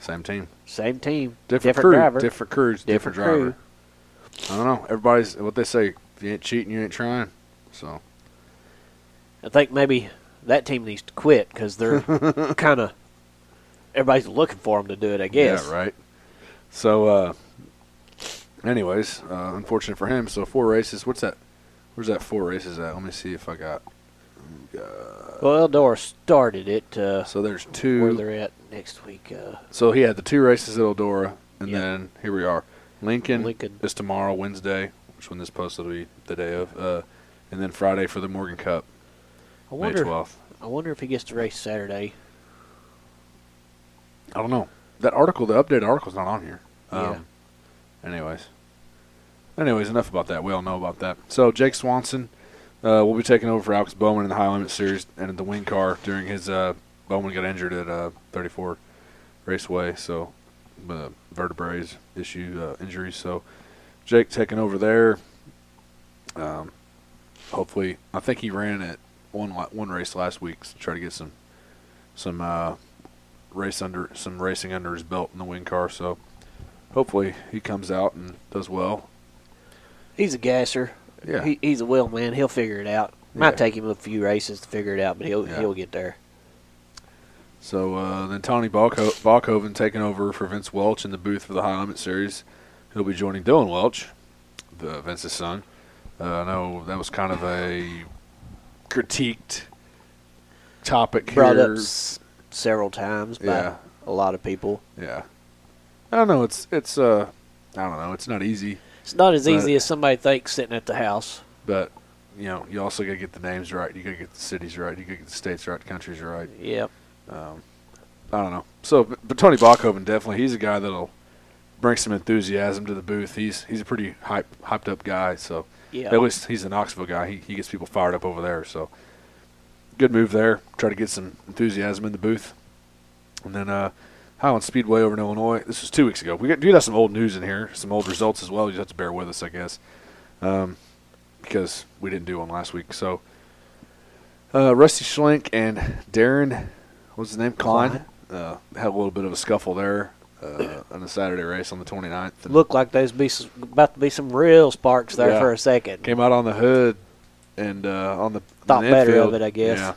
same team.
Same team.
different, crew,
driver.
different crews, different,
Different
driver. I don't know. Everybody's what they say. If you ain't cheating, you ain't trying. So
I think maybe that team needs to quit because they're kind of everybody's looking for them to do it. I guess.
yeah, right. So, uh, anyways, uh, unfortunate for him. So four races. What's that? Where's that four races at? Let me see if I got.
Well, Eldora started it. Uh,
So there's
where
two.
they're at next week. Uh,
So he had the two races at Eldora, and
Yeah.
then here we are. Lincoln,
Lincoln.
is tomorrow, Wednesday, which when this posted will be the day of, uh, and then Friday for the Morgan Cup,
I
May
wonder.
twelfth.
I wonder if he gets to race Saturday.
I don't know. That article, the updated article's not on here.
Yeah.
Um, Anyways. Anyways, enough about that. We all know about that. So Jake Swanson uh, will be taking over for Alex Bowman in the High Limit Series and in the wing car during his uh, Bowman got injured at uh, 34 Raceway, so uh, vertebrae issue uh, injuries. So Jake taking over there. Um, hopefully, I think he ran at one la- one race last week to try to get some some uh, race under some racing under his belt in the wing car. So hopefully he comes out and does well.
He's a gasser.
Yeah,
He, he's a will man. He'll figure it out. Might
Yeah.
take him a few races to figure it out, but he'll
Yeah.
he'll get there.
So uh, then Tony Balko- Balkoven taking over for Vince Welch in the booth for the High Limit Series. He'll be joining Dylan Welch, the Vince's son. Uh, I know that was kind of a critiqued topic
Brought up
here.
s- several times by
Yeah.
a lot of people.
Yeah, I don't know. It's it's uh, I don't know. It's not easy,
It's not as
But-
easy as somebody thinks sitting at the house.
but you know you also got to get the names right. You got to get the cities right. You got to get the states right. The countries right.
Yep.
Um, I don't know. So, but but Tony Bachhoven definitely, he's a guy that'll bring some enthusiasm to the booth. He's he's a pretty hype, hyped up guy. So
Yeah.
at least he's a Knoxville guy. He he gets people fired up over there. So good move there. Try to get some enthusiasm in the booth. And then uh, Highland Speedway over in Illinois. This was two weeks ago. We got, do got some old news in here, some old results as well. You just have to bear with us, I guess, um, because we didn't do one last week. So uh, Rusty Schlink and Darren, what's his name, Klein, uh, had a little bit of a scuffle there uh, on the Saturday race on the 29th. And
Looked like there's be s about to be some real sparks there
Yeah.
for a second.
came out on the hood and uh, on the
Thought
on the
better
infield.
of it, I guess.
Yeah,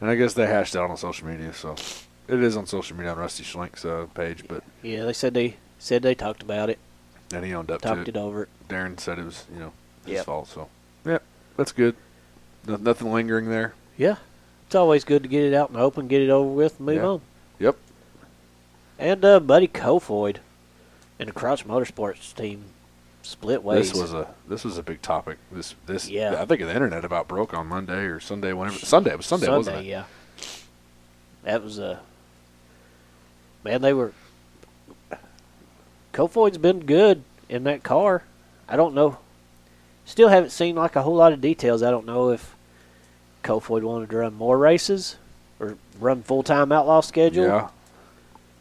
and I guess they hashed it out on social media, so it is on social media on Rusty Schlink's uh, page. But
Yeah, they said they said they talked about it,
and he owned up to
talked
it.
it over.
Darren said it was you know his
Yep.
fault, so yeah, that's good. No, nothing lingering there.
Yeah, it's always good to get it out in the open, get it over with, and move
Yeah.
on.
Yep.
And uh, Buddy Kofoid and the Crouch Motorsports team split ways.
This was a this was a big topic. This this
Yeah.
I think the internet about broke on Monday or Sunday, whenever Sunday it was Sunday, wasn't it?
yeah. That was a man. They were. Kofoid's been good in that car. I don't know. Still haven't seen like a whole lot of details. I don't know if Kofoid wanted to run more races or run full time outlaw schedule.
Yeah,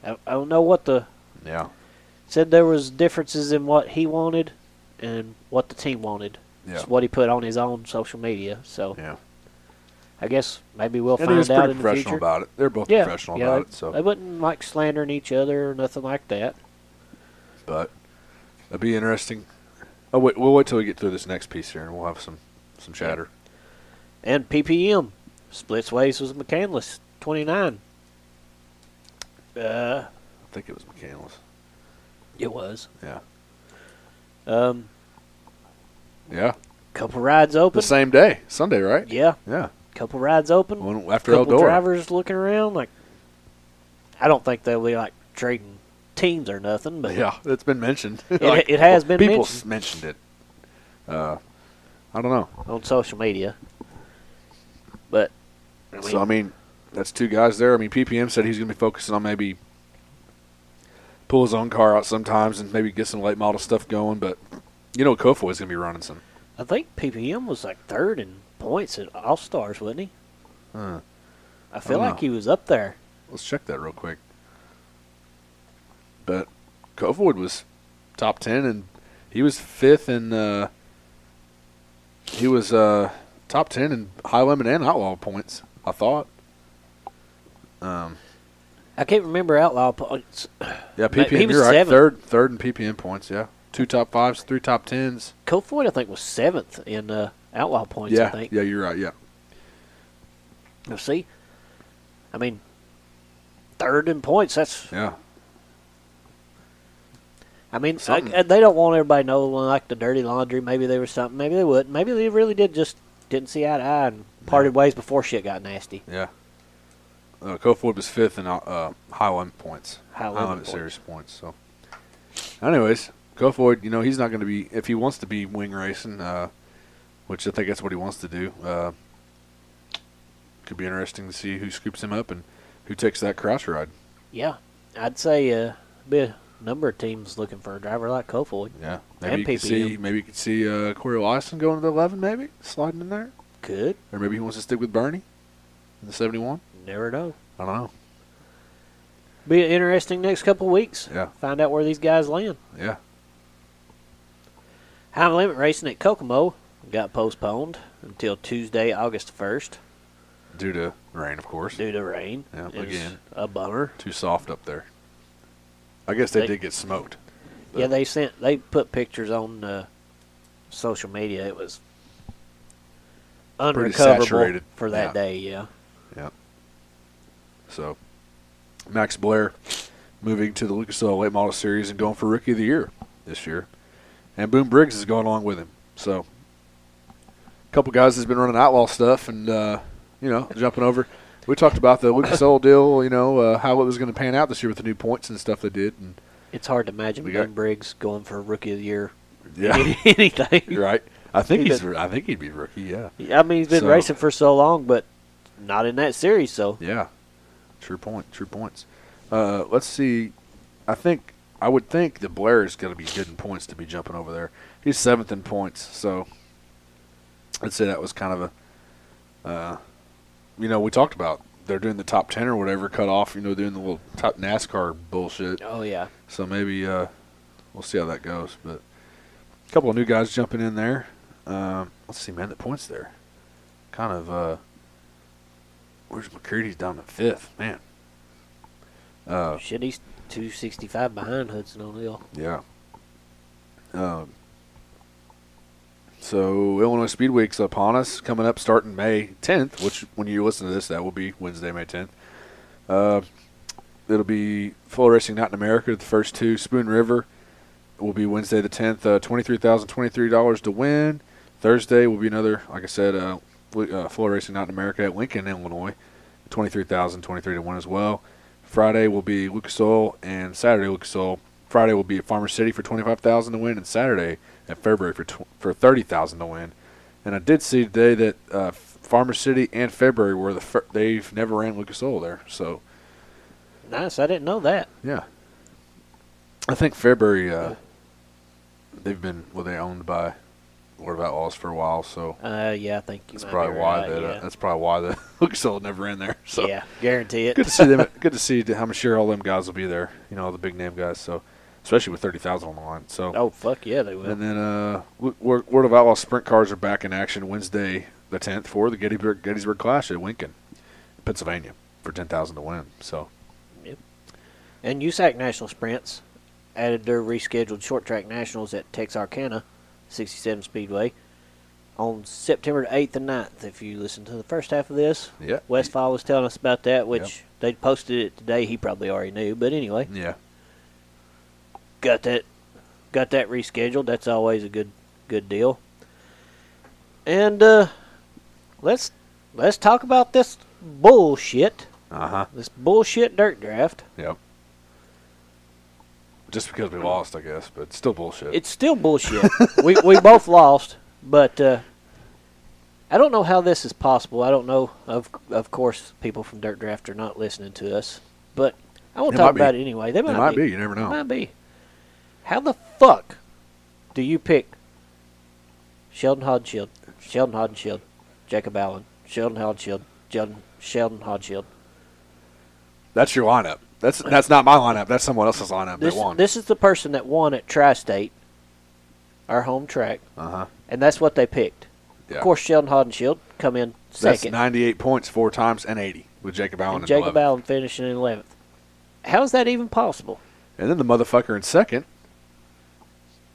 I, I don't know what the
yeah,
said there was differences in what he wanted and what the team wanted.
yeah,
It's what he put on his own social media. So
yeah.
I guess maybe we'll
And he was
find out
pretty
in the
professional
future.
about it. They're both
yeah,
professional
yeah,
about
they-
it. So
they wouldn't like slandering each other or nothing like that.
but that'd be interesting. Oh wait, we'll wait till we get through this next piece here, and we'll have some some chatter.
And PPM splits ways with McCandless, twenty nine. Uh,
I think it was McCandless.
it was.
Yeah,
Um,
yeah.
couple rides open.
The same day, Sunday, right?
Yeah,
Yeah.
couple rides open.
One after
couple
Eldora.
drivers looking around. Like, I don't think they'll be like trading teams or nothing. But
Yeah, it's been mentioned. It,
it has been
people
mentioned.
s- mentioned it. Uh, I don't know.
on social media. But I mean,
so I mean, that's two guys there. I mean, PPM said he's going to be focusing on maybe pull his own car out sometimes and maybe get some late model stuff going. But you know, Kofoy is going to be running some.
I think PPM was like third in points at All Stars, wasn't he?
Huh.
I feel
don't
like
know.
he was up there.
Let's check that real quick. But Kofoid was top ten, and he was fifth in. Uh, he was uh, top ten in high limit and outlaw points. I thought. Um,
I can't remember outlaw points.
yeah,
Maybe he
PPM.
was
You're right.
seventh.
Third, third in PPM points. Yeah, two top fives, three top tens.
Kofoid, I think, was seventh in uh, outlaw points. I
yeah,
think.
yeah, you're right. Yeah,
Now, see, I mean, third in points. That's.
yeah,
I mean, I,
Something.
and they don't want everybody to know like the dirty laundry. Maybe they were something. Maybe they wouldn't. Maybe they really did just didn't see eye to eye and parted ways before shit got nasty.
yeah. Uh, Kofoid was fifth in uh, uh, high limit points.
High
I
limit
love it
points.
Oh, serious points. So, anyways, go for it. You know, he's not going to be if he wants to be wing racing, uh, which I think that's what he wants to do. Uh, could be interesting to see who scoops him up and who takes that crouch ride.
Yeah, I'd say uh, be a number of teams looking for a driver like Kofoid.
Yeah,
And
maybe you could
PPM.
see maybe you could see uh, Corey Lyson going to the eleven, maybe sliding in there,
Could
or maybe he wants to stick with Bernie in the seventy-one.
never know.
I don't know.
Be an interesting next couple weeks.
Yeah.
Find out where these guys land.
Yeah,
High limit racing at Kokomo got postponed until Tuesday, August first,
due to rain, of course.
due to rain.
Yeah,
It's
again.
a bummer.
Too soft up there. I guess they,
They-
did get smoked. But
Yeah, they sent they put pictures on uh, social media. It was unrecoverable
saturated.
for that
Yeah.
day. Yeah,
So, Max Blair moving to the Lucas Oil Late Model Series and going for Rookie of the Year this year. And Boom Briggs is going along with him. So, a couple guys has been running outlaw stuff and, uh, you know, jumping over. We talked about the Lucas Oil deal, you know, uh, how it was going to pan out this year with the new points and stuff they did. And,
it's hard to imagine
We
Ben
got-
Briggs going for Rookie of the Year. anything.
you're right. I think
He
he's.
did.
I think he'd be rookie. Yeah.
I mean, he's been
So-
racing for so long, but not in that series. So
Yeah, true point. True points. Uh, let's see. I think I would think that Blair is going to be good in points to be jumping over there. He's seventh in points, so I'd say that was kind of a. Uh, you know, we talked about they're doing the top ten or whatever cut off. You know, doing the little top NASCAR bullshit.
oh yeah,
So maybe uh, we'll see how that goes. But a couple of new guys jumping in there. Um, let's see, man, the points there. Kind of. Uh, where's McCready's down to fifth, man. Uh,
shit, he's two sixty five behind Hudson O'Neill.
yeah. Um, so Illinois Speed Week's upon us, coming up starting May 10th, which when you listen to this, that will be Wednesday, May 10th. Uh, it'll be full racing night in America. The first two, Spoon River, will be Wednesday the 10th. Uh, Twenty-three thousand twenty-three dollars to win. Thursday will be another, like I said, uh, Li- uh, full racing night in America at Lincoln, Illinois. Twenty-three thousand twenty-three to win as well. Friday will be Lucas Oil and Saturday Lucas Oil. Friday will be at Farmer City for twenty five thousand to win, and Saturday at February for tw- for thirty thousand to win. And I did see today that uh, Farmer City and February were the fir- they've never ran Lucas Oil there, so
Nice, I didn't know that.
yeah. I think February uh, they've been well they owned by Word of Outlaws for a while, so
Uh, yeah, I think you
that's
might
probably
be
why
right,
that
yeah.
uh, that's probably why the Lucas Oil never ran there. So
yeah, guarantee it.
good to see them. Good to see. I'm sure all them guys will be there. You know, all the big name guys. So, especially with thirty thousand on the line. So,
Oh fuck yeah, they will.
and then uh, Wo- Wo- Word of Outlaw sprint cars are back in action Wednesday the tenth for the Gettysburg Gettysburg Clash at Lincoln, Pennsylvania, for ten thousand to win. So,
And USAC National Sprints added their rescheduled short track nationals at Texarkana, 67 Speedway, on September 8th and 9th. If you listen to the first half of this,
yeah,
Westfall was telling us about that, which they posted it today. He probably already knew, but anyway,
yeah,
got that, got that rescheduled. That's always a good, good deal. And uh, let's let's talk about this bullshit,
uh huh,
this bullshit dirt draft.
yep. Just because we lost, I guess, but it's still bullshit.
It's still bullshit. we we both lost, but uh, I don't know how this is possible. I don't know. Of of course, people from Dirt Draft are not listening to us, but I won't
They
talk
might be.
about it anyway. They
it
might,
might
be.
be. You never know.
Might be. How the fuck do you pick Sheldon Hodenshield, Sheldon Hodenshield, Jacob Allen, Sheldon Hodenshield, Sheldon Sheldon Hodenshield?
That's your lineup. That's that's not my lineup. That's someone else's lineup.
This
that won.
this is the person that won at Tri-State, our home track,
uh huh.
and that's what they picked.
Yeah.
Of course, Sheldon Hodenshield come in
That's
second,
98 points four times and 80 with Jacob Allen
and
in
Jacob
11.
Allen finishing in eleventh. How is that even possible?
And then the motherfucker in second.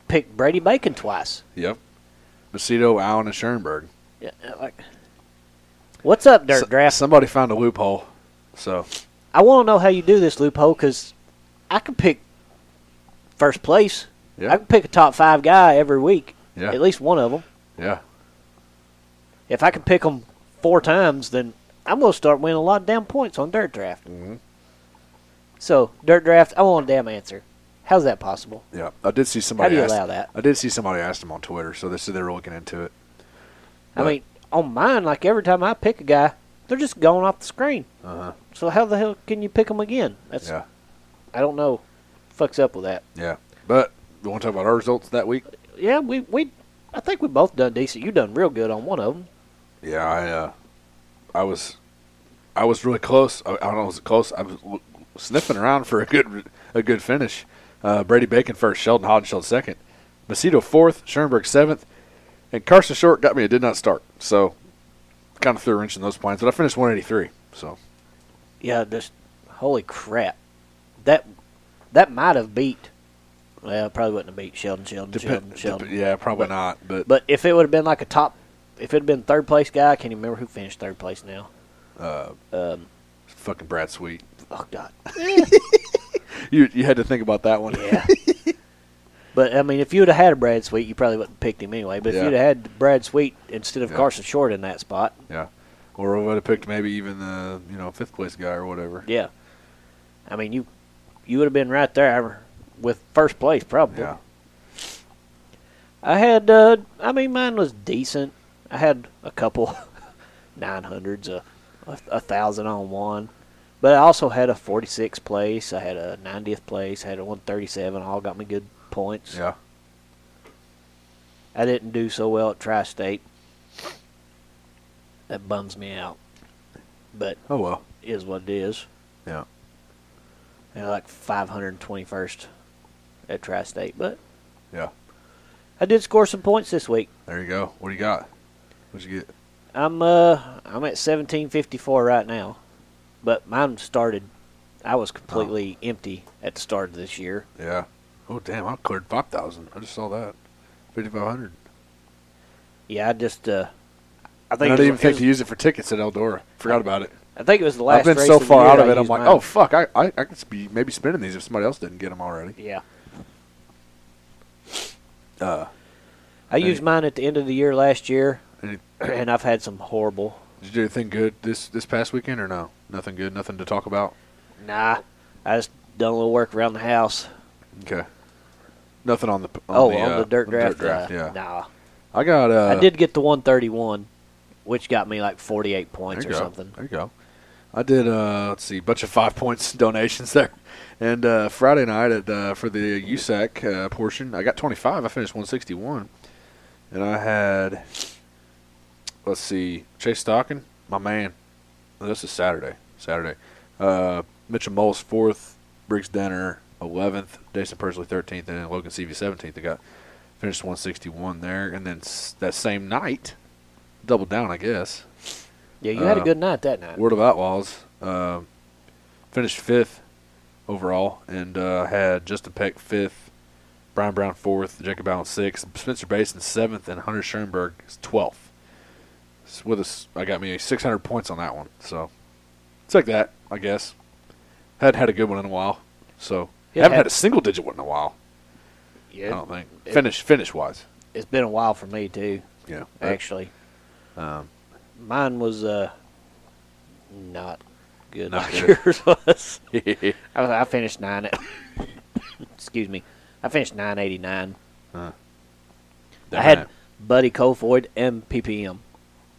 Picked Brady Bacon twice.
Yep. Macedo, Allen, and Schoenberg.
Yeah, like, what's up, Dirt
S-
Draft?
Somebody found a loophole. So,
I want to know how you do this loophole because I can pick first place.
yeah.
I can pick a top five guy every week,
yeah.
at least one of them.
yeah.
If I can pick them four times, then I'm going to start winning a lot of damn points on Dirt Draft.
Mhm.
So, Dirt Draft, I want a damn answer. How's that possible?
Yeah. I did see
How
somebody
do you
ask-
allow that?
I did see somebody asked him on Twitter, so they said they were looking into it.
I mean, on mine, like every time I pick a guy, they're just going off the screen.
Uh huh.
So how the hell can you pick them again? That's
Yeah.
I don't know. Fucks up with that.
Yeah. But you want to talk about our results that week?
Yeah, we we I think we both done decent. You done real good on one of them.
Yeah, I, uh, I was, I was really close. I, I don't know, was it close? I was l- sniffing around for a good, a good finish. Uh, Brady Bacon first, Sheldon Hodenshield second, Macedo fourth, Schoenberg seventh, and Carson Short got me. It did not start, so kind of threw a wrench in those plans. But I finished 183. So
Yeah, just holy crap. That that might have beat Well, it probably wouldn't have beat Sheldon, Sheldon,
Depe-
Sheldon, Sheldon.
dep- yeah, probably not. But,
But if it would have been like a top, if it had been third place guy, I can't even remember who finished third place now.
uh,
Um,
fucking Brad Sweet,
oh God,
you you had to think about that one.
yeah. but I mean, if you'd have had a Brad Sweet, you probably wouldn't have picked him anyway. But
Yeah.
if you'd have had Brad Sweet instead of
Yeah.
Carson Short in that spot,
yeah. Or I would have picked maybe even the you know fifth place guy or whatever.
yeah. I mean, you you would have been right there with first place probably.
Yeah.
I had, uh, I mean, mine was decent. I had a couple 900s, a, a, a thousand on one. But I also had a 46th place. I had a 90th place. I had a 137. All got me good points.
Yeah.
I didn't do so well at Tri State. That bums me out. But
Oh well.
it is what it is.
Yeah.
And like 521st at Tri State. But
Yeah.
I did score some points this week.
There you go. What do you got? What'd you get?
I'm uh I'm at seventeen fifty four right now, but mine started. I was completely empty at the start of this year.
Yeah. Oh damn! I cleared five thousand. I just saw that. Fifty five hundred.
Yeah, I just uh, I
I
think it
didn't
was-
even
it
think
was-
to use it for tickets at Eldora. Forgot about it.
I think it was the last.
I've been
race
so
of the
far
year
out
I
of it. I'm
used
like,
mine.
oh fuck! I, I I could be maybe spending these if somebody else didn't get them already.
yeah.
Uh,
I
Any-
used mine at the end of the year last year,
any, did
and I've had some horrible.
you do anything good this this past weekend or no? Nothing good. Nothing to talk about.
Nah, I just done a little work around the house.
Okay. Nothing on the on
oh,
the,
on
uh,
the dirt draft. uh,
yeah.
Nah,
I got. Uh,
I did get the one thirty one, which got me like forty eight points or
you go.
something.
There you go. I did. Uh, let's see, bunch of five points donations there, and uh, Friday night at uh, for the USAC uh, portion, I got twenty five. I finished one sixty one, and I had. Let's see, Chase Stocking, my man. Oh, This is Saturday. Saturday. Uh, Mitchell Moles fourth, Briggs Denner eleventh, Jason Persley thirteenth, and then Logan Seavey seventeenth. I got finished one sixty one there, and then s- that same night, doubled down, I guess.
Yeah, you had a
Uh,
good night that night.
Word of Outlaws. Uh, finished fifth overall and uh, had Justin Peck fifth, Brian Brown fourth, Jacob Allen sixth, Spencer Basin seventh, and Hunter Schoenberg twelfth. S- With us, I got me 600 points on that one. So it's like that, I guess. Hadn't had a good one in a while. So
It
haven't
had-
had a single digit one in a while. I
Yeah,
don't think
it-
finish finish wise.
it's been a while for me too.
Yeah,
actually.
Um,
Mine was uh, not good. like
Not good.
yours was.
yeah,
I, was- I finished nine. At, excuse me. I finished nine eighty nine. I had Buddy Kofoid and PPM.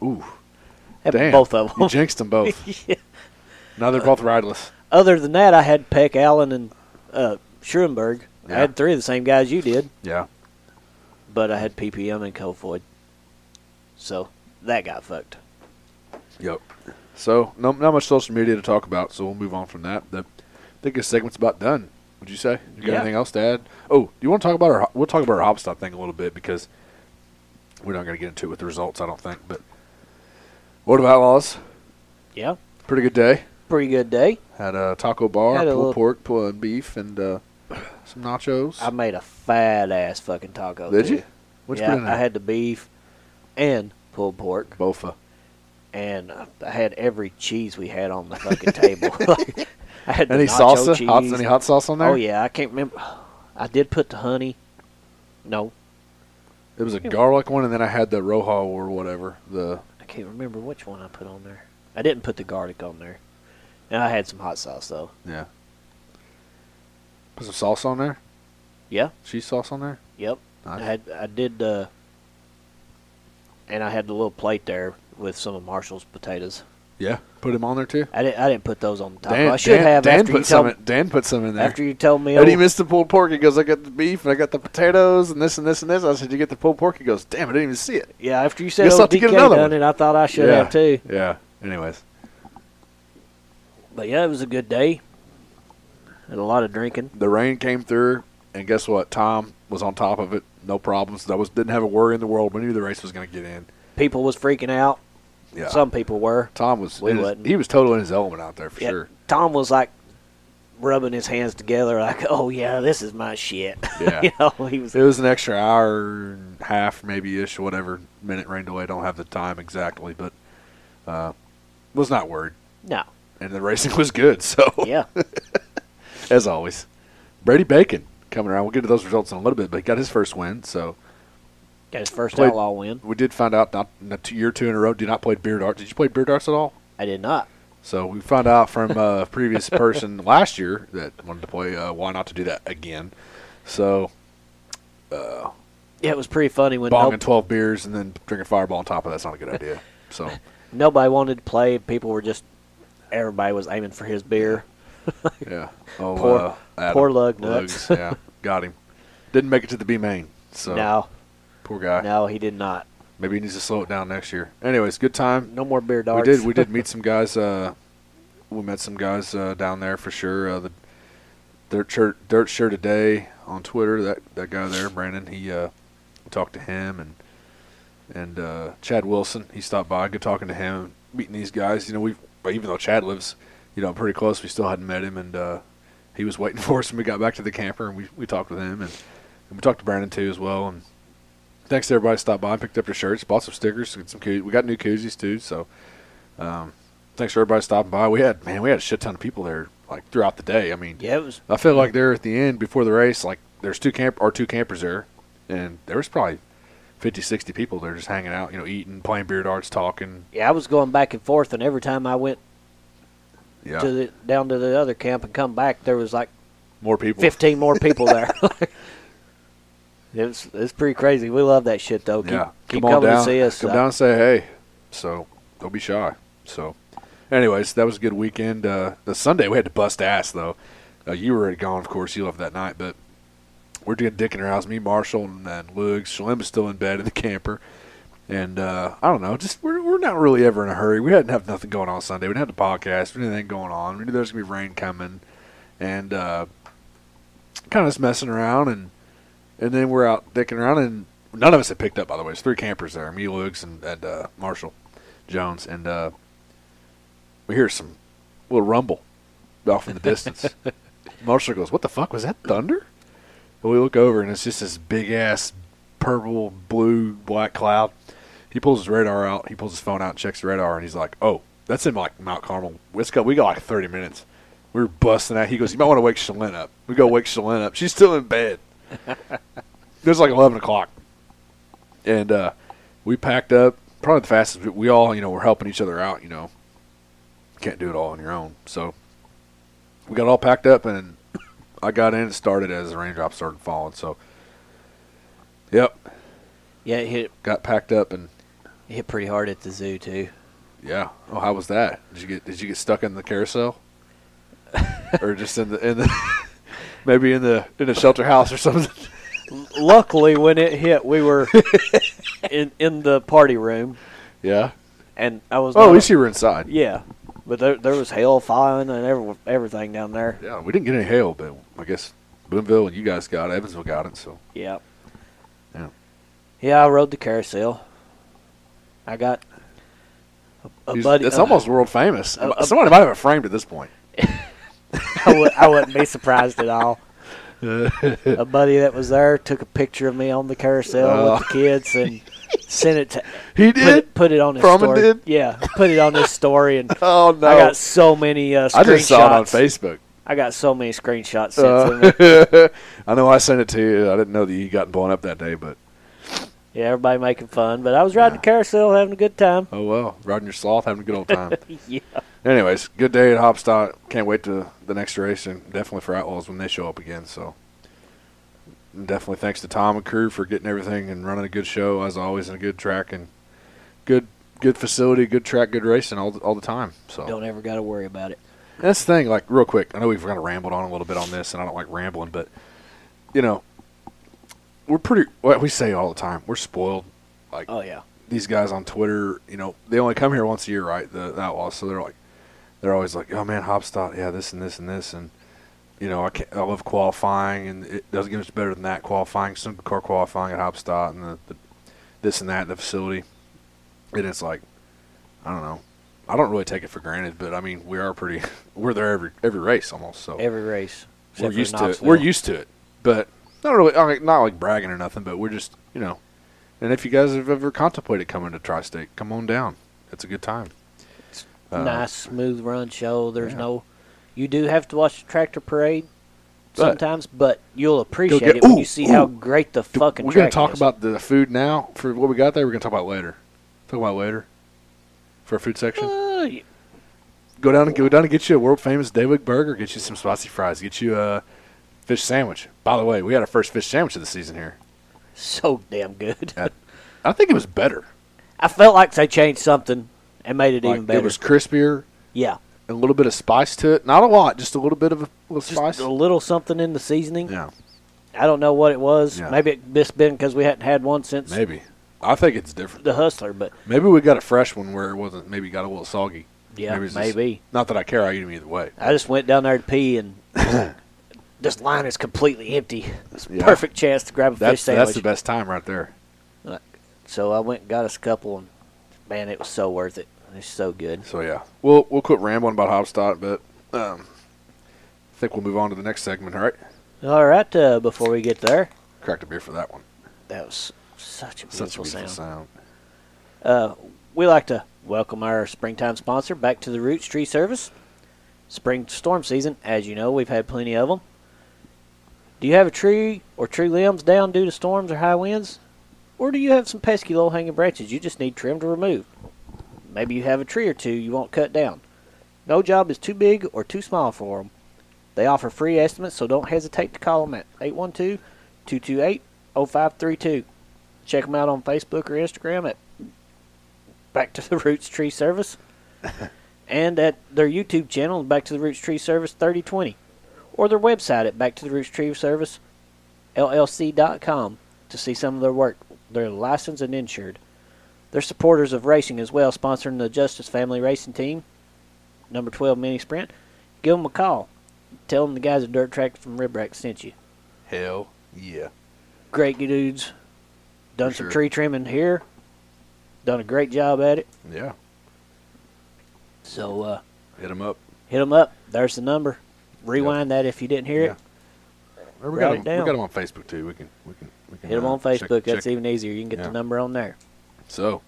ooh,
I had
damn,
both of
You
them.
jinxed them both. Now they're both riderless.
Other than that, I had Peck Allen and uh, Schoenberg. I
Yeah.
had three of the same guys you did,
Yeah.
but I had PPM and Kofoid. So that got fucked.
Yep. So no, not much social media to talk about. So we'll move on from that. The, I think this segment's about done. Would you say? You got
Yeah.
anything else to add? Oh, do you want to talk about our? We'll talk about our hop stop thing a little bit because we're not going to get into it with the results. I don't think. But what about laws?
Yeah,
Pretty good day.
pretty good day.
Had a taco bar,
Had a
pulled
little-
pork, pulled beef, and uh, some nachos.
I made a fat ass fucking taco.
Did
too.
you? What you
yeah,
put in there?
I had the beef and pulled pork,
bofa.
and I had every cheese we had on the fucking table. Like, I had the
Any
nacho
salsa?
cheese.
Hot, any hot sauce on there?
Oh yeah, I can't remember. I did put the honey. No,
It was a garlic one, and then I had the rojo or whatever. The
I can't remember which one I put on there. I didn't put the garlic on there, and I had some hot sauce though.
Yeah. Put some sauce on there.
Yeah,
Cheese sauce on there.
yep. I
Nice.
had I did, uh, and I had the little plate there with some of Marshall's potatoes.
Yeah. Put him on there too.
I didn't I didn't put those on the taco.
Dan,
I should
Dan-
have
Dan
after
put
you
some.
told
In, Dan put some in there.
after you told me.
and he
over-
missed the pulled pork. He goes, "I got the beef and I got the potatoes and this and this and this." I said, "You get the pulled pork?" He goes, "Damn, I didn't even see it."
Yeah, after you said
Guess I'll
old
have to
DK
get another
done it,
one.
I thought I should
yeah.
have too.
Yeah. Anyways.
But yeah, it was a good day. Had a lot of drinking.
the rain came through, and guess what? Tom was on top of it, no problems. That was didn't have a worry in the world. We knew the race was going to get in.
People was freaking out.
Yeah,
Some people were.
Tom was
We
in his-
wasn't.
he was totally in his element out there for
Yeah,
sure.
Tom was like rubbing his hands together like, "Oh yeah, this is my shit."
Yeah.
you know, he was
It was an extra hour and a half, maybe ish, whatever minute rained away. Don't have the time exactly, but uh, was not worried.
no,
And the racing was good, so
yeah,
as always, Brady Bacon coming around. We'll get to those results in a little bit, but he got his first win. So
got his first
Played-
outlaw win.
we did find out not, not two, year two in a row. Did not play beer darts. Did you play beer darts at all?
I did not.
So we found out from uh, a previous person last year that wanted to play. Uh, why not to do that again? So
Yeah, it was pretty funny when
bonging
no-
twelve beers and then drinking Fireball on top of that's not a good idea. So
nobody wanted to play. People were just everybody was aiming for his beer.
yeah, oh,
Poor-
uh, Adam
poor Lug Nuts.
Lugs, yeah, got him. Didn't make it to the B main. So
no,
poor guy.
no, he did not.
Maybe he needs to slow it down next year. Anyways, good time.
No more beer
We
dogs.
did. We did meet some guys. Uh, we met some guys uh, down there for sure. Uh, the dirt shirt, dirt shirt today on Twitter. That that guy there, Brandon. He uh, we talked to him and and uh, Chad Wilson. He stopped by. Good talking to him. Meeting these guys. You know, we even though Chad lives, you know, pretty close, we still hadn't met him. And uh, he was waiting for us when we got back to the camper, and we we talked with him and, and we talked to Brandon too as well. And thanks to everybody who stopped by, picked up their shirts, bought some stickers, got some coo- we got new koozies too. So um, thanks for everybody stopping by. We had man, we had a shit ton of people there like throughout the day. I mean,
Yeah, it was
I feel like there at the end before the race, like there's two camp or two campers there, and there was probably 50, 60 people there just hanging out, you know, eating, playing beer darts, talking.
yeah, I was going back and forth, and every time I went
Yeah,
to the down to the other camp and come back, there was like
more people.
15 more people there. it's it's pretty crazy. We love that shit though. Keep,
yeah,
keep
Come on
coming
down,
to see us.
Come
Uh,
down and say hey. So don't be shy. So, anyways, that was a good weekend. Uh, the Sunday we had to bust ass though. Uh, you were gone, of course. You left that night, but we're doing dicking around. Me, Marshall, and, and Luke. Shalem was still in bed in the camper. And uh, I don't know, just we're, we're not really ever in a hurry. We hadn't have nothing going on Sunday. We didn't have the podcast, we didn't have anything going on. We knew there was gonna be rain coming, and uh, kind of just messing around. And and then we're out dicking around, and none of us had picked up. By the way, it's three campers there: me, Lugs, and, and uh, Marshall Jones. And uh, we hear some little rumble off in the distance. Marshall goes, "What the fuck was that? Thunder?" And we look over, and it's just this big ass purple, blue, black cloud. He pulls his radar out. He pulls his phone out, checks the radar, and he's like, "Oh, that's in like Mount Carmel. Let's go. We got like 30 minutes." We were busting out. He goes, "You might want to wake Shalyn up." We go wake Shalyn up. She's still in bed. It was like eleven o'clock, and uh, we packed up. Probably the fastest. We all, you know, were helping each other out. You know, can't do it all on your own. So we got all packed up, and I got in and started as the raindrops started falling. So, yep,
yeah, it hit
got packed up, and
it hit pretty hard at the zoo too.
yeah. Oh, how was that? Did you get Did you get stuck in the carousel, or just in the in the maybe in the in a shelter house or something?
Luckily, when it hit, we were in in the party room,
Yeah.
and I was
Oh, at
not-
least you were inside.
yeah, but there there was hail falling and every, everything down there.
Yeah, we didn't get any hail, but I guess Boonville and you guys got it. Evansville got it, so
Yeah.
Yeah.
Yeah, I rode the carousel. I got a, a
He's-
buddy.
it's
uh,
almost world famous.
uh, uh,
Somebody might have it framed at this point.
I, would, I wouldn't be surprised at all. a buddy that was there took a picture of me on the carousel
Oh.
with the kids and sent it to
He
put it, put it on his
Froman
story.
did?
Yeah, put it on his story, and
Oh no!
I got so many uh, screenshots.
I just saw it on Facebook.
I got so many screenshots since then.
Uh, I know I sent it to you. I didn't know that you got blown up that day, but
Yeah, everybody making fun, but I was riding the carousel, having a good time.
oh well. Riding your sloth, having a good old time.
Yeah.
Anyways, good day at Hopstock. Can't wait to the next race, and definitely for Outlaws when they show up again. So, and definitely thanks to Tom and crew for getting everything and running a good show as always, and a good track and good good facility, good track, good racing all the, all the time. So
Don't ever got to worry about it.
that's the thing. Like real quick, I know we've kind of rambled on a little bit on this, and I don't like rambling, but you know, we're pretty. What we say all the time, we're spoiled. Like
Oh yeah,
these guys on Twitter, you know, they only come here once a year, right? The, the Outlaws, so they're like, they're always like, oh man, Hopstock, yeah, this and this and this, and you know, I can I love qualifying, and it doesn't get much better than that qualifying, some car qualifying at Hopstock, and the, the this and that, the facility, and it's like, I don't know, I don't really take it for granted, but I mean, we are pretty. We're there every every race almost. So
Every race.
we're
except for
used to it.
Knoxville.
We're used to it, but not really. I mean, Not like bragging or nothing, but we're just you know. And if you guys have ever contemplated coming to Tri-State, come on down. It's a good time. Uh,
nice smooth run show. There's
yeah.
no, you do have to watch the tractor parade
But-
sometimes, but you'll appreciate
get-
it when
ooh,
you see
ooh.
how great the
Do-
fucking.
We're
track
gonna talk
is.
about the food now for what we got there. We're gonna talk about later. Talk about later for our food section.
Uh, y-
Go down and go down and get you a world famous Daywig burger. Get you some spicy fries. Get you a fish sandwich. By the way, we had our first fish sandwich of the season here.
so damn good.
Yeah. I think it was better.
I felt like they changed something and made it
Like,
even better.
It was crispier,
yeah,
a little bit of spice to it. Not a lot, just a little bit of a little
just
spice.
a little something in the seasoning.
yeah,
I don't know what it was.
Yeah.
Maybe it just been because we hadn't had one since
maybe. I think it's different.
the Hustler, but
Maybe we got a fresh one where it wasn't. Maybe got a little soggy.
yeah,
Maybe
maybe.
it's just- Not that I care. I eat them either way.
I just went down there to pee and. This line is completely empty. It's a
Yeah.
perfect chance to grab a fish
That's
sandwich.
that's the best time right there.
So I went and got us a couple, and man, it was so worth it. It's so good.
So yeah, we'll we'll quit rambling about Hopstock, but um, I think we'll move on to the next segment. All right,
All right, uh, before we get there,
cracked a beer for that one.
that was such a beautiful,
Such a beautiful
sound.
sound.
Uh, we like to welcome our springtime sponsor back to the Roots Tree Service. Spring storm season, as you know, we've had plenty of them. Do you have a tree or tree limbs down due to storms or high winds? Or do you have some pesky low hanging branches you just need trimmed or removed? Maybe you have a tree or two you won't cut down. No job is too big or too small for them. They offer free estimates, so don't hesitate to call them at 812 228 0532. Check them out on Facebook or Instagram at Back to the Roots Tree Service and at their YouTube channel, Back to the Roots Tree Service 3020, or their website at Back to the Roots Tree Service LLC.com to see some of their work. They're licensed and insured. They're supporters of racing as well, sponsoring the Justice Family Racing Team, number 12 mini sprint. Give them a call. Tell them the guys at Dirt Track from Rib Rack sent you.
Hell yeah.
Great dudes. Done
For
some
sure.
tree trimming here. Done a great job at it.
Yeah.
So, uh,
Hit them up.
hit them up. There's the number. Rewind that if you didn't hear
Yeah.
it.
Or we
Write
got
it
'em-
down.
We got them on Facebook too. We can we can we can
Hit them
uh,
on
check-
Facebook. That's
check.
even easier. You can get
Yeah.
the number on there.
So,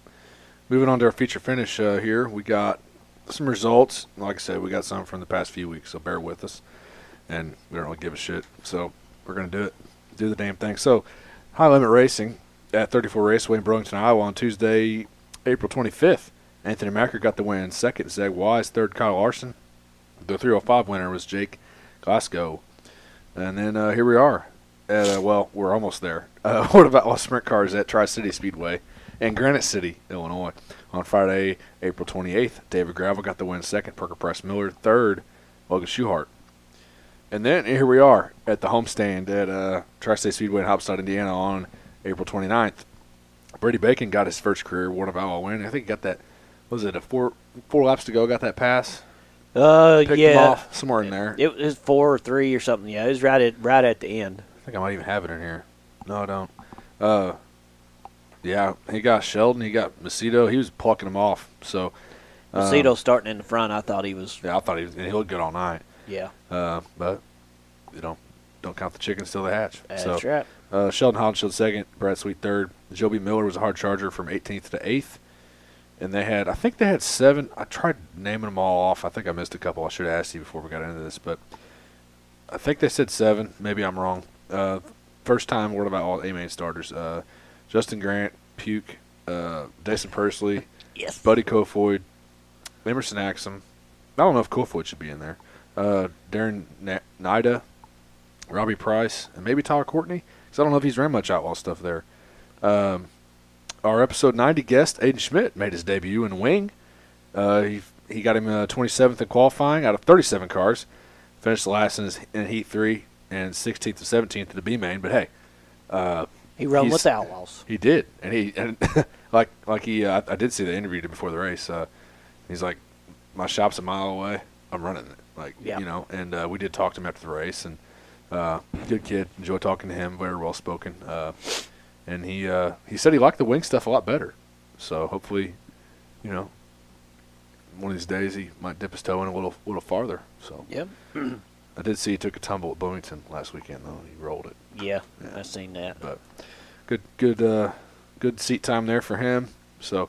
moving on to our feature finish uh, here, we got some results. Like I said, we got some from the past few weeks, so bear with us. And we don't really give a shit, so we're gonna do it, do the damn thing. So, High Limit Racing at 34 Raceway in Burlington, Iowa, on Tuesday, April 25th. Anthony Macker got the win. Second, Zeg Wise. Third, Kyle Larson. The 305 winner was Jake Glasgow. And then uh, here we are. At, uh, well, we're almost there. Uh, what about all sprint cars at Tri City Speedway in Granite City, Illinois? On Friday, April 28th, David Gravel got the win second, Parker Price Miller third, Logan Schuhart. And then here we are at the homestand at uh, Tri State Speedway in Hopstock, Indiana on April 29th. Brady Bacon got his first career World of Iowa win. I think he got that, was it a four four laps to go, got that pass?
Uh,
Picked him
yeah.
off somewhere in there.
It was four or three or something. Yeah, it was right at right at the end.
I think I might even have it in here. No, I don't. Uh, yeah, he got Sheldon. He got Macedo. He was plucking him off. So uh,
Macedo starting in the front. I thought he was.
Yeah, I thought he was, he looked good all night.
Yeah,
Uh, but you know, don't count the chickens till they hatch.
that's
so
right.
uh, Sheldon Hodgson second, Brad Sweet third. Joby Miller was a hard charger from 18th to 8th. And they had, I think they had seven. I tried naming them all off. I think I missed a couple. I should have asked you before we got into this, but I think they said seven. Maybe I'm wrong. Uh, first time word about all A main starters. Uh, Justin Grant, Puke, uh, Dason Persley,
Yes.
Buddy Kofoid, Emerson Axum. I don't know if Kofoid should be in there. Uh, Darren Na- Nida, Robbie Price, and maybe Tyler Courtney. Because I don't know if he's ran much outlaw stuff there. Um, our episode 90 guest, Aiden Schmidt, made his debut in wing. Uh, he, he got him uh, 27th in qualifying out of 37 cars. Finished last in, his, in Heat 3 and 16th and 17th in the B main. But hey,
He run
he's-
with the outlaws.
he did, and he and like like he. Uh, I, I did see the interview before the race. Uh, he's like, my shop's a mile away. I'm running it. Like
Yeah.
you know, and uh, we did talk to him after the race, and uh, good kid. Enjoy talking to him. Very well spoken. Uh, and he uh, he said he liked the wing stuff a lot better. So hopefully, you know, one of these days he might dip his toe in a little little farther. So
Yep.
I did see he took a tumble at Bloomington last weekend though. He rolled it.
Yeah, I seen that.
But good good uh, good seat time there for him. So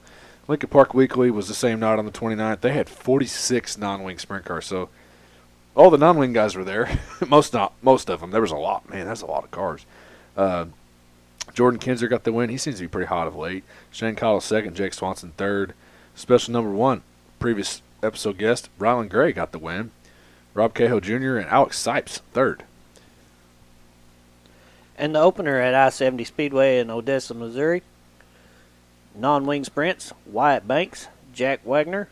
Lincoln Park Weekly was the same night on the 29th. They had 46 non-wing sprint cars. So all the non-wing guys were there. most not most of them. There was a lot. Man, that's a lot of cars. Uh, Jordan Kinzer got the win. He seems to be pretty hot of late. Shane Cottle second. Jake Swanson third. Special number one. Previous episode guest Rylan Gray got the win. Rob Cahill Jr. and Alex Sipes third.
And the opener at I 70 Speedway in Odessa, Missouri. Non wing sprints Wyatt Banks, Jack Wagner,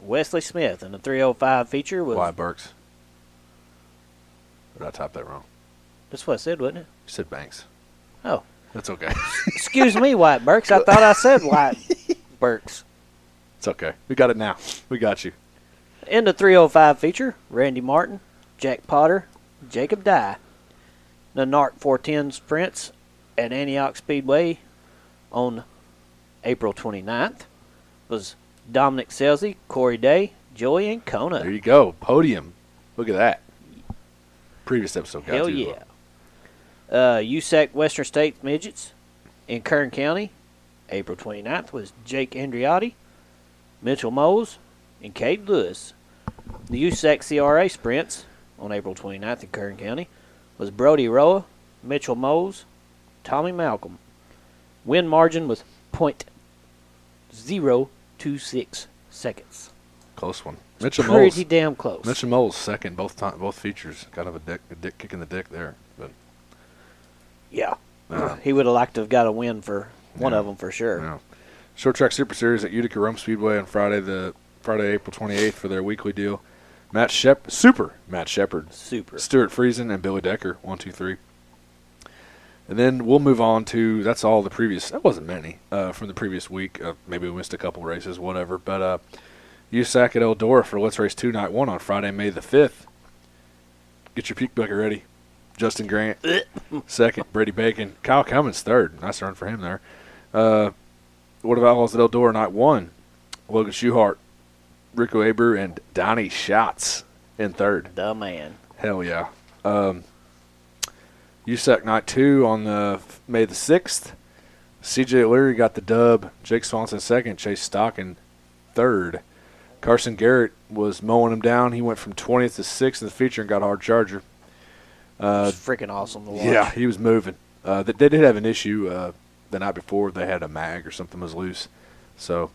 Wesley Smith. And the 305 feature was.
Wyatt Burks. Did I type that wrong?
That's what I said, wasn't it?
You said Banks.
Oh.
That's okay.
Excuse me, Wyatt Burks. I thought I said Wyatt Burks.
it's okay. We got it now. We got you.
In the 305 feature, Randy Martin, Jack Potter, Jacob Dye. The NARC 410 sprints at Antioch Speedway on April 29th was Dominic Selzy, Corey Day, Joey Ancona.
There you go. Podium. Look at that. Previous episode. Got
Hell
to,
yeah. Uh, USAC Western States Midgets in Kern County, April 29th, was Jake Andriotti, Mitchell Mose, and Cade Lewis. The USAC CRA sprints on April 29th in Kern County was Brody Roa, Mitchell Mose, Tommy Malcolm. Win margin was .026 seconds.
Close one. Mitchell Moles.
Pretty damn close.
Mitchell Moles second. Both time, both features. Kind of a dick, a dick kick in the dick there. But
Yeah.
uh,
He would have liked to have got a win for one
Yeah.
of them for sure.
Yeah. Short Track Super Series at Utica Rome Speedway on Friday, the Friday, April 28th for their weekly deal. Matt Shep, Super Matt Shepard,
Super.
Stuart Friesen, and Billy Decker, one, two, three. And then we'll move on to that's all the previous. That wasn't many uh, from the previous week. Uh, maybe we missed a couple races, whatever. But uh, USAC at Eldora for Let's Race Two Night One on Friday, May the fifth. Get your peak bucket ready. Justin Grant second, Brady Bacon, Kyle Cummins third. Nice run for him there. Uh, what about Outlaws at Eldora Night One? Logan Schuhart, Rico Abreu, and Donnie Schatz in third.
The man.
Hell yeah. Um, USAC night two on the May the sixth. CJ O'Leary got the dub. Jake Swanson second. Chase Stocking third. Carson Garrett was mowing him down. He went from twentieth to sixth in the feature and got a hard charger. Uh,
It's freaking awesome to watch.
yeah, he was moving. Uh, they, they did have an issue uh, the night before. They had a mag or something was loose, so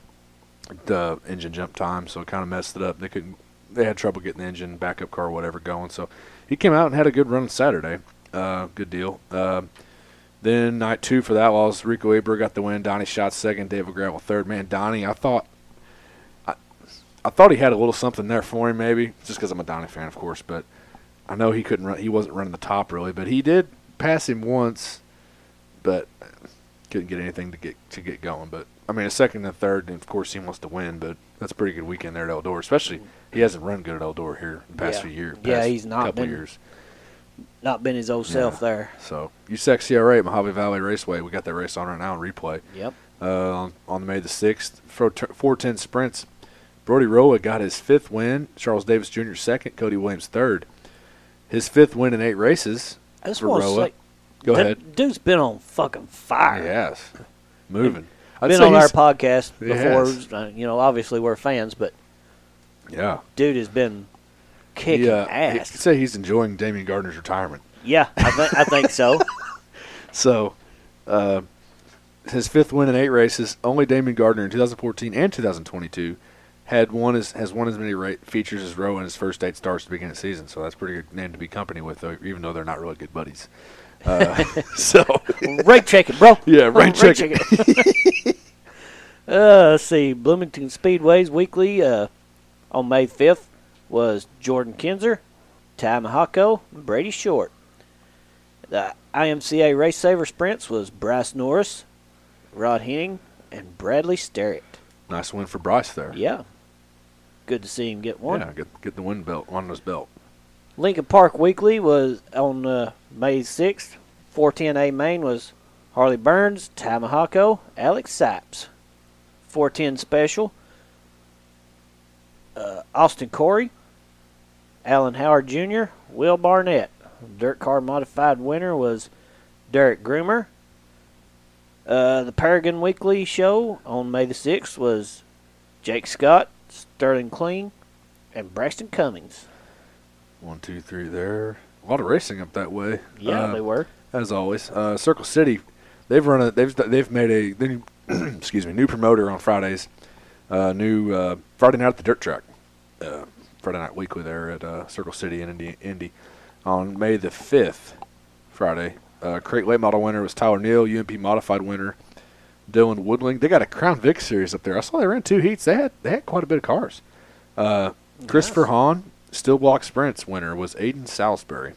the engine jump time, so it kind of messed it up. They couldn't. They had trouble getting the engine, backup car, whatever going. So he came out and had a good run on Saturday. Uh, good deal. Um then night two for the Outlaws, Rico Eber got the win. Donnie shot second. David Gravel third. Man, Donnie, I thought. I- I thought he had a little something there for him, maybe, just because I'm a Donnie fan, of course. But I know he couldn't run. He wasn't running the top really, but he did pass him once, but couldn't get anything to get to get going. But I mean, a second and third, and of course he wants to win. But that's a pretty good weekend there at Eldora, especially he hasn't run good at Eldora here the past
Yeah.
few years.
Yeah,
past
he's not
couple
been-
years.
Not been his old self
Yeah.
there.
So USAC CRA at Mojave Valley Raceway, we got that race on right now on replay
Yep.
uh, on, on May the 6th. For t- 410 sprints, Brody Roa got his fifth win, Charles Davis Jr. second, Cody Williams third. His fifth win in eight races.
I just
for
want to
Roa.
say,
Go
that
ahead.
dude's been on fucking fire.
Yes. Moving. I'd
Been
say
on our
he's-
podcast
He has.
before. uh, You know, obviously we're fans, but
Yeah.
dude has been kicking
Yeah. I'd
ass.
say he's enjoying Damien Gardner's retirement.
yeah, I, th- I think so.
So, uh, his fifth win in eight races. Only Damon Gardner in 2014 and 2022 had won as has won as many ra- features as Rowe in his first eight starts to begin the season. So that's a pretty good name to be company with, though, even though they're not really good buddies. Uh, so
Rate check it, bro.
Yeah, rate check
it. uh, let's see. Bloomington Speedways Weekly uh, on May 5th was Jordan Kinzer, Ty Mahako, and Brady Short. The IMCA Race Saver Sprints was Bryce Norris, Rod Henning, and Bradley Sterrett.
nice win for Bryce there.
Yeah. Good to see him get one.
Yeah, get get the win belt on his belt.
Lincoln Park Weekly was on uh, May 6th. 410A Main was Harley Burns, Ty Mahako, Alex Sipes. 410 Special uh, Austin Corey, Alan Howard Jr., Will Barnett. Dirt car modified winner was Derek Groomer. Uh, the Paragon Weekly show on May the 6th was Jake Scott, Sterling Clean, and Braxton Cummings.
One, two, three there. A lot of racing up that way.
Yeah,
Uh,
they were.
as always. Uh, Circle City, they've run a they've they've made a they new- excuse me new promoter on Fridays, uh, new uh, Friday night at the dirt track, uh, Friday night weekly there at uh, Circle City in Indy, Indy on May the fifth, Friday. Uh, crate late model winner was Tyler Neal, UMP modified winner Dylan Woodling. They got a Crown Vic series up there. I saw they ran two heats. They had they had quite a bit of cars. Uh, Christopher Hahn, steel block sprints winner was Aiden Salisbury.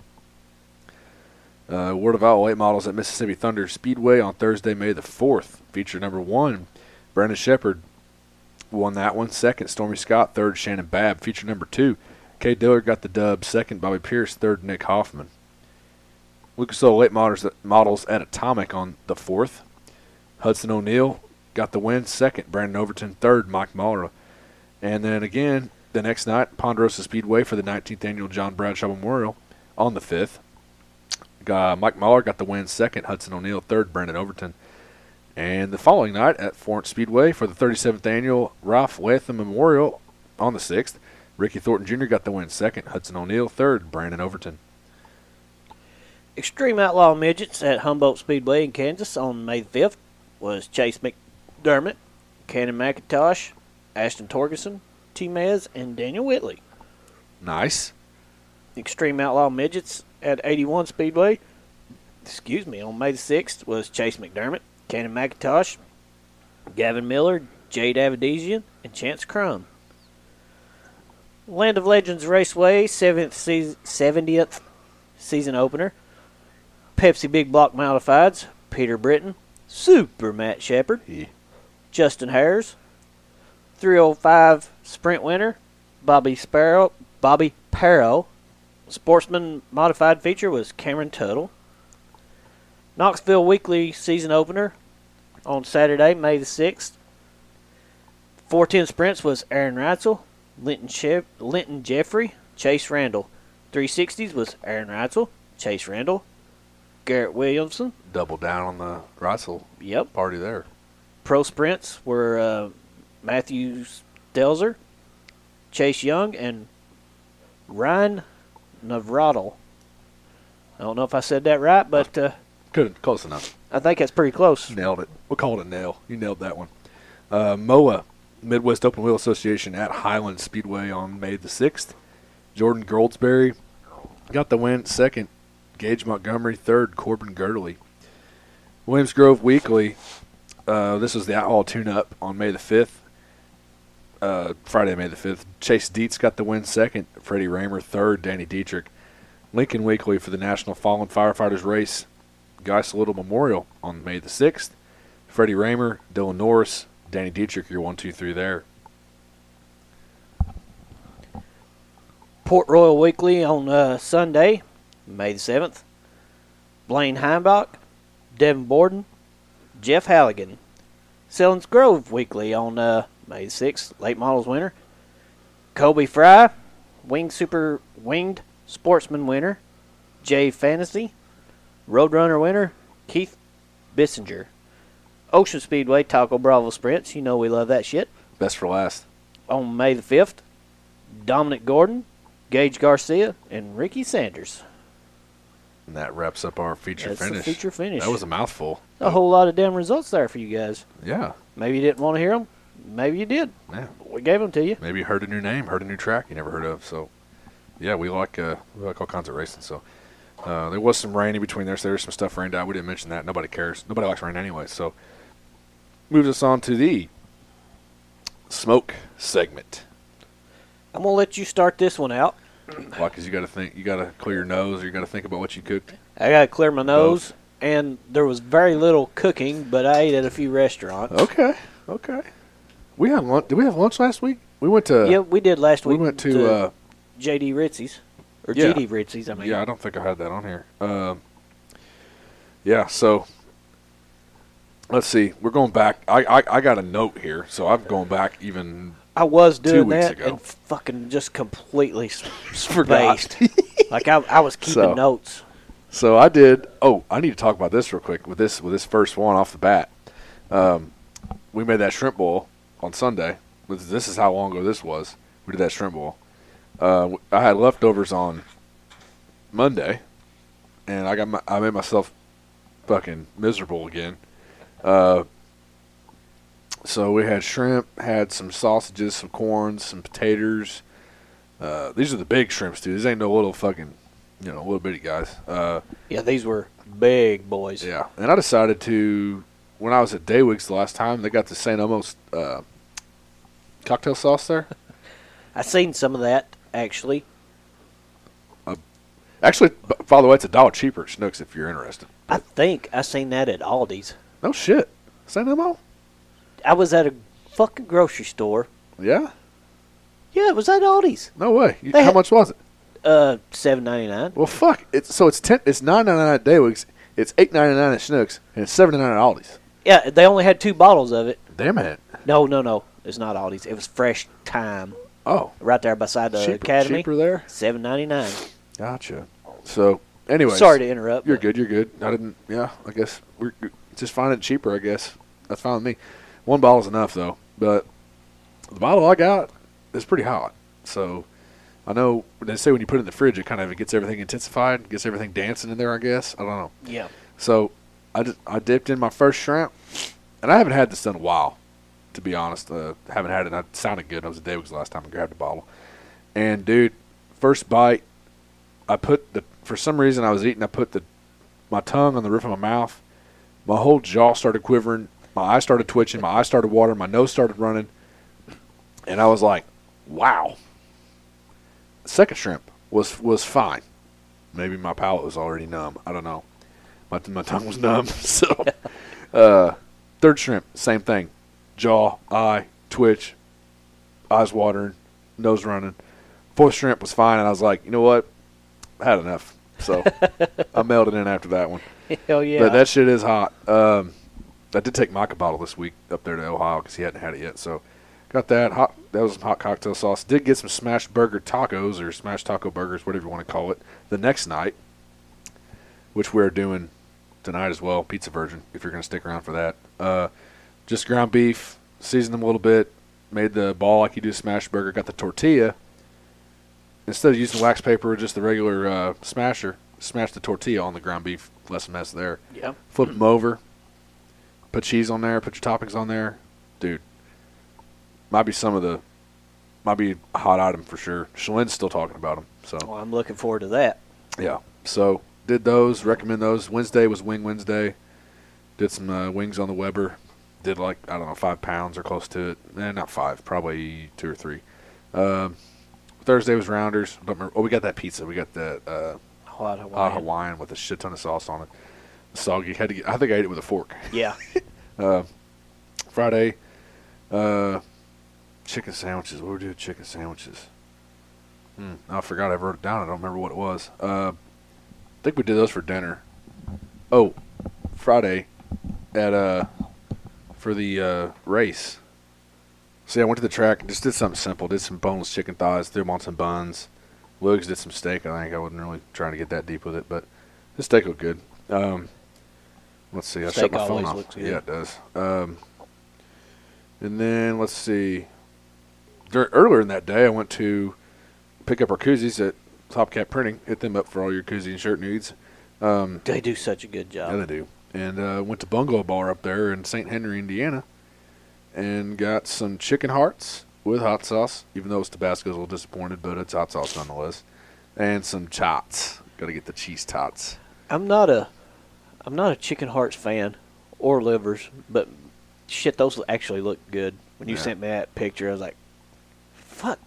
Uh, Word of Owl 8 models at Mississippi Thunder Speedway on Thursday, May the 4th. Feature number one, Brandon Shepard won that one. Second, Stormy Scott. Third, Shannon Babb. Feature number two, Kay Diller got the dub. Second, Bobby Pierce. Third, Nick Hoffman. Lucas Oil 8 models, models at Atomic on the 4th. Hudson O'Neill got the win. Second, Brandon Overton. Third, Mike Mahler. And then again, the next night, Ponderosa Speedway for the 19th annual John Bradshaw Memorial on the 5th. Uh, Mike Mahler got the win second, Hudson O'Neill third, Brandon Overton. And the following night at Florence Speedway for the 37th annual Ralph Latham Memorial on the 6th, Ricky Thornton Jr. got the win second, Hudson O'Neill third, Brandon Overton.
Extreme Outlaw Midgets at Humboldt Speedway in Kansas on May the 5th was Chase McDermott, Cannon McIntosh, Ashton Torgeson, T. Mez, and Daniel Whitley.
Nice.
Extreme Outlaw Midgets at 81 Speedway, excuse me, on May the 6th was Chase McDermott, Cannon McIntosh, Gavin Miller, Jade Avedisian, and Chance Crum. Land of Legends Raceway, 7th season, 70th season opener. Pepsi Big Block Modifieds, Peter Britton, Super Matt Shepard,
Yeah.
Justin Harris, 305 Sprint winner, Bobby Sparrow, Bobby Perro. Sportsman modified feature was Cameron Tuttle. Knoxville Weekly season opener on Saturday, May the 6th. 410 sprints was Aaron Reitzel, Linton, Shep- Linton Jeffrey, Chase Randall. 360s was Aaron Reitzel, Chase Randall, Garrett Williamson.
Double down on the Russell
Yep.
party there.
Pro sprints were uh, Matthew Stelzer, Chase Young, and Ryan Navratil. I don't know if I said that right, but uh,
Good, close enough.
I think that's pretty close.
Nailed it. We'll call it a nail. You nailed that one. Uh, MOA, Midwest Open Wheel Association at Highland Speedway on May the 6th. Jordan Goldsberry got the win. Second, Gage Montgomery. Third, Corbin Girdley. Williams Grove Weekly. Uh, this was the Outlaw Tune Up on May the 5th. Uh, Friday, May the 5th. Chase Dietz got the win. Second, Freddie Raymer. Third, Danny Dietrich. Lincoln Weekly for the National Fallen Firefighters Race. Geis Little Memorial on May the 6th. Freddie Raymer, Dylan Norris, Danny Dietrich, your one, two, three there.
Port Royal Weekly on uh, Sunday, May the 7th. Blaine Heimbach, Devin Borden, Jeff Halligan. Sellings Grove Weekly on uh, May the 6th, late models winner. Kobe Fry, Winged Super Winged Sportsman winner. Jay Fantasy, Roadrunner winner. Keith Bissinger. Ocean Speedway Taco Bravo Sprints, you know we love that shit
Best for last.
on May the 5th. Dominic Gordon, Gage Garcia, and Ricky Sanders.
And that wraps up our feature
That's
finish.
the feature finish.
That was a mouthful.
a whole lot of damn results there for you guys.
Yeah.
Maybe you didn't want to hear them. Maybe you did.
Yeah.
We gave them to you.
Maybe you heard a new name, heard a new track you never heard of. So, yeah, we like uh, we like all kinds of racing. So, uh, there was some rain in between there. So there's some stuff rained out. We didn't mention that. Nobody cares. Nobody likes rain anyway. So, moves us on to the smoke segment.
I'm going to let you start this one out.
Why? Because you got to think. You got to clear your nose. Or you got to think about what you cooked.
I got to clear my nose, and there was very little cooking, but I ate at a few restaurants.
Okay. Okay. We had lunch. Did we have lunch last week? We went to.
Yeah, we did last
we
week.
went to. Uh,
JD Ritzy's. Or
Yeah.
GD Ritzy's, I mean.
yeah, I don't think I had that on here. Um, yeah. So. Let's see. We're going back. I, I I got a note here, so I'm going back even
I was doing
weeks
that
ago.
and fucking just completely s-
Forgot.
spaced. like I, I was keeping
So.
notes.
So I did. Oh, I need to talk about this real quick with this with this first one off the bat. Um, we made that shrimp bowl on Sunday. This this is how long ago this was. We did that shrimp bowl. Uh, I had leftovers on Monday, and I got my, I made myself fucking miserable again. Uh, so we had shrimp, had some sausages, some corns, some potatoes. Uh, these are the big shrimps, dude. These ain't no little fucking, you know, little bitty guys. Uh,
Yeah, these were big boys.
yeah, and I decided to when I was at Daywigs the last time they got the St. Elmo's uh, cocktail sauce there.
I seen some of that actually.
Actually, b- by the way, it's a dollar cheaper at Schnucks if you're interested.
I think I seen that at Aldi's.
No shit, St. Elmo.
I was at a fucking grocery store.
Yeah,
Yeah, it was at Aldi's.
no way. You-
They
how
had-
much was it?
Uh, seven ninety nine.
Well, fuck. It's so it's ten. It's nine ninety nine at Daywigs. It's eight ninety nine at Schnucks, and it's seven ninety nine at Aldi's.
Yeah, they only had two bottles of it.
Damn it.
No, no, no. It's not Aldi's. It was Fresh Time
Oh,
right there beside the
cheaper,
Academy.
cheaper there.
Seven ninety nine.
Gotcha. So, anyway,
Sorry to interrupt.
You're
but
good. You're good. I didn't. Yeah, I guess we're g- just find it cheaper. I guess that's fine with me. One bottle's enough though, but the bottle I got is pretty hot. So I know they say when you put it in the fridge, it kind of it gets everything intensified, gets everything dancing in there. I guess I don't know.
Yeah.
So I just I dipped in my first shrimp, and I haven't had this in a while, to be honest. Uh, haven't had it. And I sounded good. I was at Dave's last time I grabbed a bottle, and dude, first bite, I put the for some reason I was eating. I put the my tongue on the roof of my mouth. My whole jaw started quivering. My eyes started twitching. My eyes started watering. My nose started running, and I was like, "Wow." Second shrimp was was fine. Maybe my palate was already numb. I don't know my, my tongue was numb. So, uh, third shrimp, same thing. Jaw, eye, twitch, eyes watering, nose running. Fourth shrimp was fine, and I was like, you know what? I had enough. So I melted in after that one.
Hell yeah.
But that shit is hot. Um, I did take Mike a bottle this week up there to Ohio because he hadn't had it yet. So got that hot. That was some hot cocktail sauce. Did get some smash burger tacos or smash taco burgers, whatever you want to call it, the next night, which we're doing tonight as well. Pizza Virgin, if you're going to stick around for that. Uh, just ground beef, seasoned them a little bit, made the ball like you do smash burger. Got the tortilla. Instead of using wax paper, just the regular uh, smasher, smash the tortilla on the ground beef. Less mess there
yeah.
flip them over, put cheese on there, put your toppings on there, dude. Might be some of the, might be a hot item for sure. Shalene's still talking about them, so
Well, I'm looking forward to that.
yeah. So did those, recommend those. Wednesday was Wing Wednesday. Did some uh, wings on the Weber. Did like I don't know five pounds or close to it. Eh, not five, probably two or three. Um, Thursday was Rounders. Don't remember. Oh, we got that pizza. We got that. Uh,
Hot
hot
Hawaiian.
Hawaiian with a shit ton of sauce on it. Soggy. Had to get, I think I ate it with a fork.
Yeah.
Friday, uh, chicken sandwiches. What were we doing? Chicken sandwiches. Hmm, I forgot I wrote it down. I don't remember what it was. Uh, I think we did those for dinner. Oh, Friday at uh for the uh, race. See, I went to the track and just did something simple. Did some boneless chicken thighs, threw them on some buns. Lugs did some steak. I think I wasn't really trying to get that deep with it, but the steak looked good. Um, let's see. I
Steak
shut my phone
always
off.
looks good.
Yeah, it does. Um, and then let's see. Dur earlier in that day, I went to pick up our koozies at Top Cat Printing. Hit them up for all your koozie and shirt needs. Um,
They do such a good job.
yeah, they do. And uh, went to Bungalow Bar up there in St. Henry, Indiana, and got some chicken hearts with hot sauce. Even though it's Tabasco's a little disappointed, but it's hot sauce nonetheless. And some tots. Got to get the cheese tots.
I'm not a I'm not a chicken hearts fan or livers, but shit, those actually look good. When you
Yeah.
sent me that picture, I was like, "Fuck,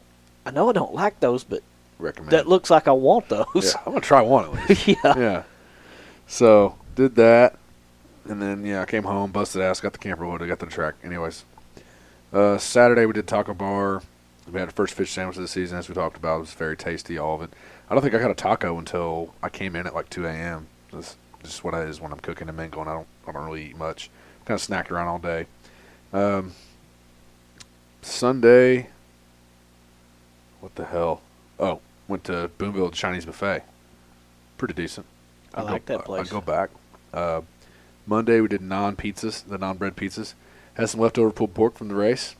I know I don't like those, but
Recommend.
that looks like I want those."
Yeah, I'm gonna try one at least.
Yeah,
yeah. So did that, and then yeah, I came home, busted ass, got the camper loaded, got to the track. Anyways, uh, Saturday we did taco bar. We had the first fish sandwich of the season, as we talked about. It was very tasty, all of it. I don't think I got a taco until I came in at like 2 a.m. That's just what it is when I'm cooking and mingling. I don't, I don't really eat much. Kind of snacked around all day. Um, Sunday, What the hell? Oh, went to Boonville Chinese Buffet. Pretty decent.
I
I'll
like
go,
that place.
I, will go back. Uh, Monday we did non pizzas, the non bread pizzas. Had some leftover pulled pork from the race.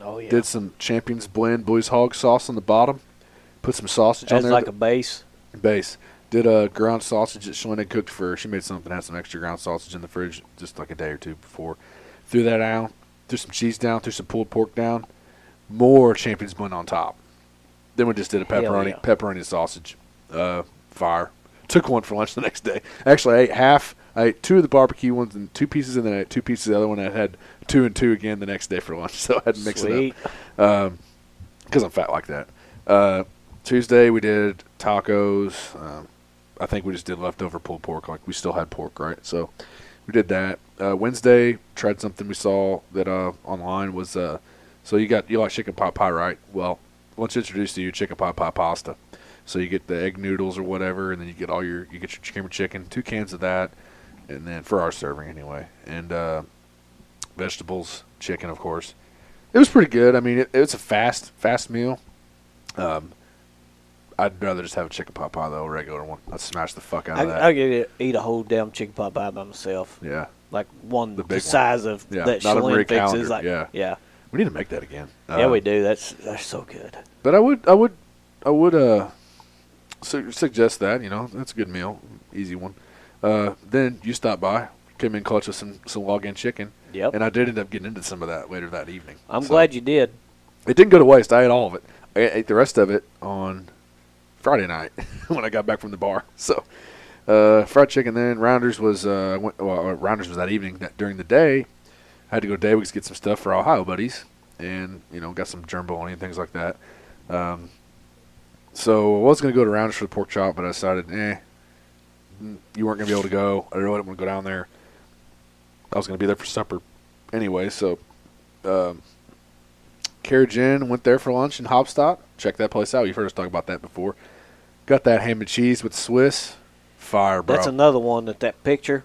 Oh yeah.
Did some Champions Blend Blues Hog sauce on the bottom. Put some sausage on
That's
there.
like a base.
Base. Did a ground sausage that Shalyn had cooked for. She made something, had some extra ground sausage in the fridge just like a day or two before. Threw that down, threw some cheese down, threw some pulled pork down, more champions blend on top. Then we just did a
Hell
pepperoni,
yeah.
pepperoni sausage, uh, fire. Took one for lunch the next day. Actually, I ate half. I ate two of the barbecue ones and two pieces, and then I ate two pieces of the other one. I had two and two again the next day for lunch, so I had to mix it up
Sweet.
because I'm fat like that. Uh, Tuesday we did tacos. Um, I think we just did leftover pulled pork. Like we still had pork, right? So we did that. Uh, Wednesday tried something we saw that uh, online was uh, so you got you like chicken pot pie, right? Well, once introduced to you, chicken pot pie pasta. So you get the egg noodles or whatever, and then you get all your you get your creamer chicken, two cans of that, and then for our serving anyway, and uh, vegetables, chicken of course. It was pretty good. I mean, it, it's a fast fast meal. Um, I'd rather just have a chicken pot pie though, a regular one. I'd smash the fuck out
I,
of that.
I could eat a whole damn chicken pot pie by myself.
yeah,
Like one
The
the,
big one.
size of
Yeah,
that
not a
Shalane
Marie
fixes.
Callender,
Like
yeah.
yeah,
we need to make that again.
yeah,
Uh,
we do. That's that's so good.
But I would, I would, I would uh, su- suggest that. You know, that's a good meal, easy one. Uh, then you stopped by, came in clutch with some some log in chicken,
Yep.
and I did end up getting into some of that later that evening.
I'm
So-
glad you did.
it didn't go to waste. I ate all of it. I ate the rest of it on Friday night when I got back from the bar. So uh, fried chicken. Then Rounders was uh, I went, well, uh, Rounders was that evening. That during the day, I had to go to Daywigs get some stuff for Ohio buddies, and you know got some germboloni and things like that. Um, so I was going to go to Rounders for the pork chop, but I decided, eh, mm, you weren't going to be able to go. I really didn't want to go down there. I was going to be there for supper anyway. So. Um, Carriage Inn, went there for lunch in Hopstock. Check that place out. You've heard us talk about that before. Got that ham and cheese with Swiss. Fire, bro.
That's another one that that picture.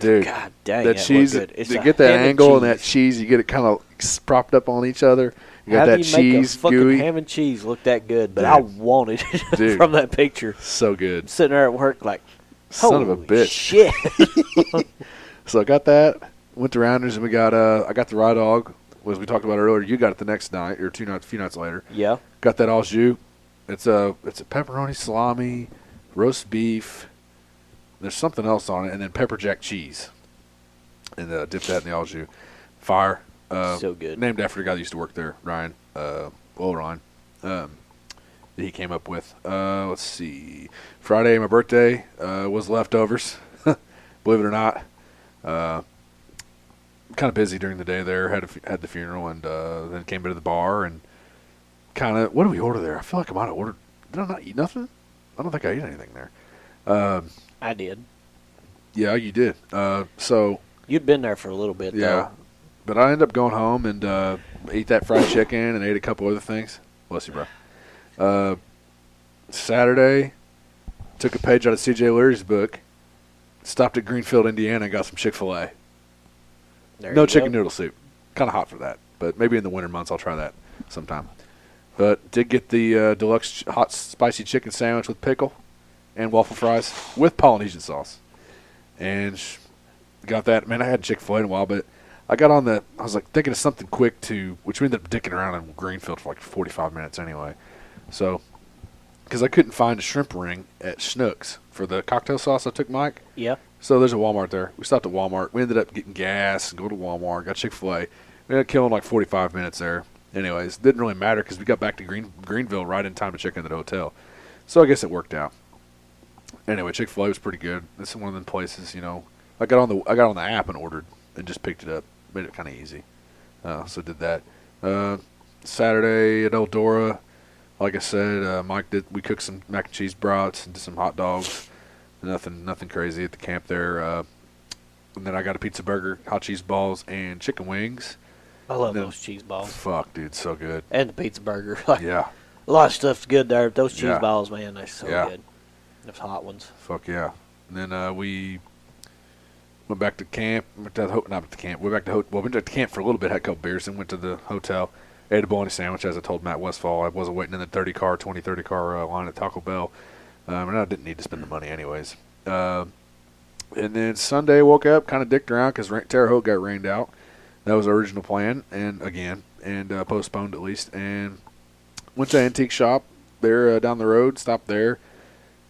Dude,
God dang,
that
it
cheese,
looked good. It's
to
a
get that
ham and
angle and that
cheese.
cheese, you get it kind of propped up on each other. You got
How
that
do you
cheese
make a fucking
gooey.
ham and cheese look that good? But
Dude.
I wanted it
Dude.
from that picture.
so good.
Sitting there at work, like
Son of a
"Holy
bitch.
Shit,
So I got that. Went to Rounders and we got uh I got the raw dog, as we talked about earlier. You got it the next night or two nights, a few nights later.
yeah.
Got that au jus. It's a it's a pepperoni salami, roast beef. There's something else on it, and then pepper jack cheese. And uh, dip that in the au jus. Fire. Uh,
So good.
Named after the guy that used to work there, Ryan. Uh, well, Ryan. Um, that he came up with. Uh, let's see. Friday, my birthday uh, was leftovers. Believe it or not. Uh, kind of busy during the day there. Had a fu- had the funeral and uh, then came to the bar and kind of what did we order there? I feel like I might have ordered. Did I not eat nothing? I don't think I ate anything there. Um,
I did.
yeah, you did. Uh, so
You'd been there for a little bit,
yeah, but I ended up going home and uh, ate that fried chicken and ate a couple other things. Bless you, bro. Uh, Saturday, took a page out of C.J. Leary's book. Stopped at Greenfield, Indiana, and got some Chick Fil A.
though. There
no
you
chicken
go.
noodle soup. Kind of hot for that, but maybe in the winter months I'll try that sometime. But did get the uh, deluxe ch- hot spicy chicken sandwich with pickle and waffle fries with Polynesian sauce, and sh- got that. Man, I had Chick Fil A in a while, but I got on the. I was like thinking of something quick to, which we ended up dicking around in Greenfield for like 45 minutes anyway. So, because I couldn't find a shrimp ring at Schnucks for the cocktail sauce I took, Mike.
Yeah,
So there's a Walmart there. We stopped at Walmart. We ended up getting gas and go to Walmart. Got Chick Fil A. We ended up killing like 45 minutes there. Anyways, didn't really matter because we got back to Green Greenville right in time to check into the hotel. So I guess it worked out. Anyway, Chick Fil A was pretty good. It's one of them places, you know. I got on the I got on the app and ordered and just picked it up. Made it kind of easy. Uh, so did that. Uh, Saturday at Eldora, like I said, uh, Mike did. We cooked some mac and cheese brats and did some hot dogs. Nothing, nothing crazy at the camp there. Uh, and then I got a pizza burger, hot cheese balls, and chicken wings.
I love
No.
those cheese balls
Fuck, dude, so good.
and the pizza burger. Like
Yeah,
a lot of stuff's good there. But those cheese
Yeah.
balls, man, they're so
Yeah.
good. Those hot ones.
fuck yeah. And then uh, we went back to camp. Went to the ho- not to the camp. Went back to ho- well, went to camp for a little bit. Had a couple beers and went to the hotel. ate a bologna sandwich, as I told Matt Westfall. I wasn't waiting in the 30 car, 20, 30 car uh, line at Taco Bell. Um, and I didn't need to spend the money, anyways. Uh, and then Sunday, woke up, kind of dicked around because Terre Haute got rained out. That was the original plan, and again, and uh, postponed at least. And went to an antique shop there uh, down the road, stopped there,